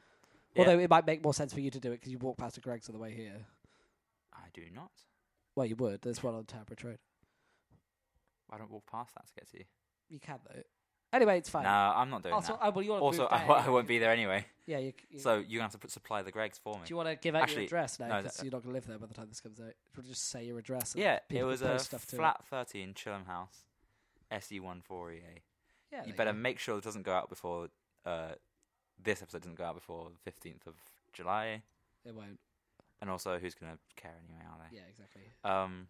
Yeah.
Although it might make more sense for you to do it because you walk past a Greg's on the way here.
I do not.
Well, you would. There's one on Tambridge Road.
I don't walk past that to get to you.
You can though. Anyway, it's fine.
No, I'm not doing
also,
that.
I, well, you want to
also, I, I won't be there anyway.
Yeah. You, you,
So you're gonna have to put, supply the Gregs for me.
Do you want to give out
Actually,
your address now?
no,
Because
that-
you're not going to live there by the time this comes out. We'll just say your address. And
yeah, it
people
was
can
a
post stuff to it.
flat 13 Chilham House, SE14EA.
Yeah, there
E you better
go.
make sure it doesn't go out before uh, this episode doesn't go out before the 15th of July.
It won't.
And also, who's gonna care anyway? Are they?
Yeah, exactly.
Um,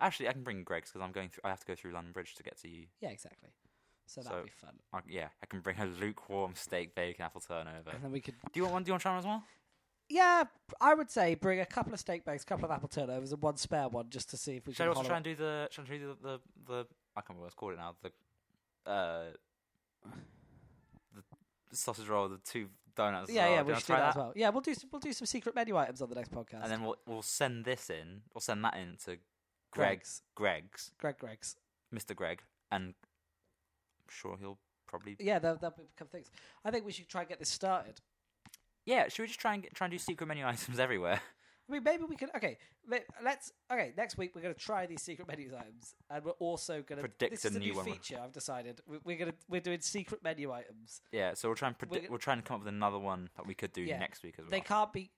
actually, I can bring Greg's because I'm going through. I have to go through London Bridge to get to you.
Yeah, exactly. So that'd
So-
be fun.
I, yeah, I can bring a lukewarm steak bacon apple turnover.
And then we could.
Do you want one? Do you want to try one as well?
Yeah, I would say bring a couple of steak bags, a couple of apple turnovers, and one spare one just to see if we
Should I
can.
also
holler-
try and do the? Should I try do the, the the? I can't remember what it's called it now. The uh, the sausage roll, the two donuts. as
yeah,
well.
yeah,
Do you
we
wanna
should do
try
that, as well. Yeah, we'll do some, we'll do some secret menu items on the next podcast.
And then we'll we'll send this in. We'll send that in to Greg,
Greg's,
Greg's,
Greg, Greg's.
Mr. Greg, and I'm sure he'll probably.
Yeah, they'll, they'll become things. I think we should try and get this started.
Yeah, should we just try and get, try and do secret menu items everywhere?
I mean, maybe we could. Okay, le- let's. Okay, next week we're going to try these secret menu items, and we're also going to
Predict
This
a
is a
new
new,
one.
feature. I've decided We- we're going to we're doing secret menu items.
Yeah, so we'll try and predict.
gonna-
We'll try and come up with another one that we could do
Yeah.
next week as well.
They can't be.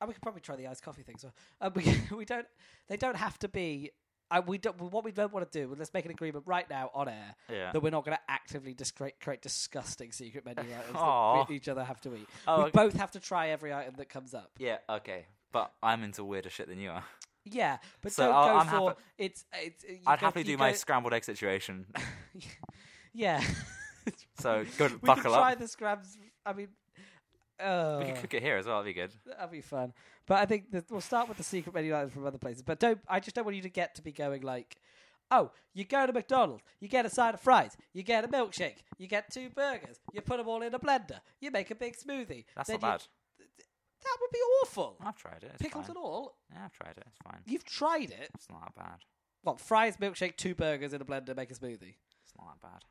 And we could probably try the iced coffee things. Uh, we, we don't. They don't have to be. I we don't. What we don't want to do. Let's make an agreement right now on air
Yeah.
that we're not going to actively dis- create, create disgusting secret menu items
Aw.
that we, each other have to eat.
Oh,
we
okay.
both have to try every item that comes up.
yeah, okay, but I'm into weirder shit than you are.
Yeah, but
So
don't
I'll-
go
I'm
for
happy-
it's. it's you
I'd
go-
happily
you
do my
go-
scrambled egg situation.
Yeah.
so go
we
buckle
could
up.
try the scrabs. I mean, uh,
We could cook it here as well. That'd be good.
that'd be fun. But I think that we'll start with the secret menu items from other places. But don't. I just don't want you to get to be going like, oh, you go to McDonald's, you get a side of fries, you get a milkshake, you get two burgers, you put them all in a blender, you make a big smoothie.
That's
then
not
you-
bad.
That would be awful.
I've tried it. It's
Pickles
fine.
and all.
Yeah, I've tried it. It's fine.
You've tried it.
It's not that bad.
What fries, milkshake, two burgers in a blender, make a smoothie.
It's not that bad.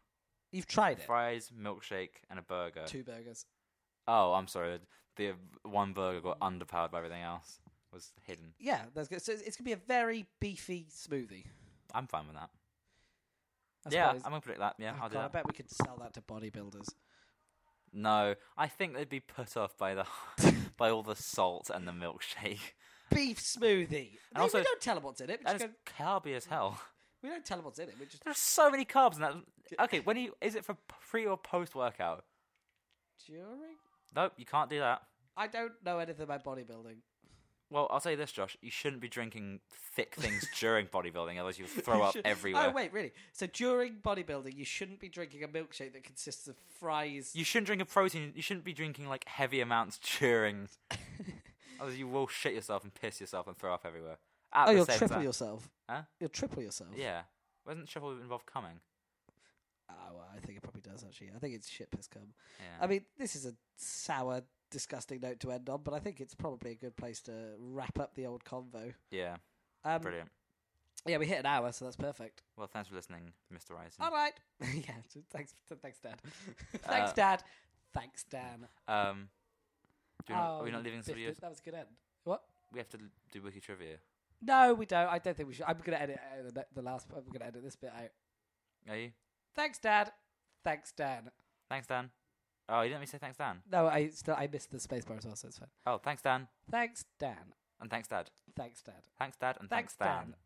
You've tried it.
Fries, milkshake, and a burger.
Two burgers.
Oh, I'm sorry. The one burger got underpowered by everything else. Was hidden.
Yeah, that's good. So it's, it's gonna be a very beefy smoothie.
I'm fine with that.
I
yeah,
suppose.
I'm gonna predict that. Yeah,
Oh,
I'll do
God, I
that.
bet we could sell that to bodybuilders.
No, I think they'd be put off by the by all the salt and the milkshake.
Beef smoothie. We-
also-
we don't tell them what's in it. We,
That
just
is
go,
carby as hell.
we don't tell them what's in it. We just
There's so many carbs in that. Okay, when you is it for pre or post workout?
during.
Nope, you can't do that.
I don't know anything about bodybuilding.
Well, I'll say this, Josh. You shouldn't be drinking thick things during bodybuilding, otherwise you'll throw
You
up
should-
everywhere.
Oh wait, really? So during bodybuilding, you shouldn't be drinking a milkshake that consists of fries.
You shouldn't drink a protein. You shouldn't be drinking like heavy amounts during. otherwise, you will shit yourself and piss yourself and throw up everywhere. At
oh,
the
you'll
same
triple
time.
yourself.
Huh?
You'll triple yourself.
Yeah. Wasn't triple involve coming?
Oh, well, I think it probably does actually. I think it's shit piss cum.
Yeah.
I mean, this is a sour, disgusting note to end on, but I think it's probably a good place to wrap up the old convo.
yeah.
Um,
Brilliant.
Yeah, we hit an hour, so that's perfect.
Well, thanks for listening, Mr. Ryson.
All right. yeah, t- thanks, t- thanks, Dad. thanks,
Uh,
Dad. Thanks, Dan.
Um, do you not, are we
Oh,
not leaving the
biffed
studio?
it. That was a good end. What?
We have to l- do wiki trivia.
No, we don't. I don't think we should. I'm going to edit out the, ne- the last. I'm going to edit this bit out.
Are you?
Thanks, Dad. Thanks, Dan.
Thanks, Dan. Oh, you didn't let me say thanks, Dan.
No, I still I missed the space bar as well, so it's fine.
Oh, thanks, Dan.
Thanks, Dan.
And thanks, Dad.
Thanks, Dad.
Thanks, Dad. And
Thanks,
thanks, Dan.
Dan.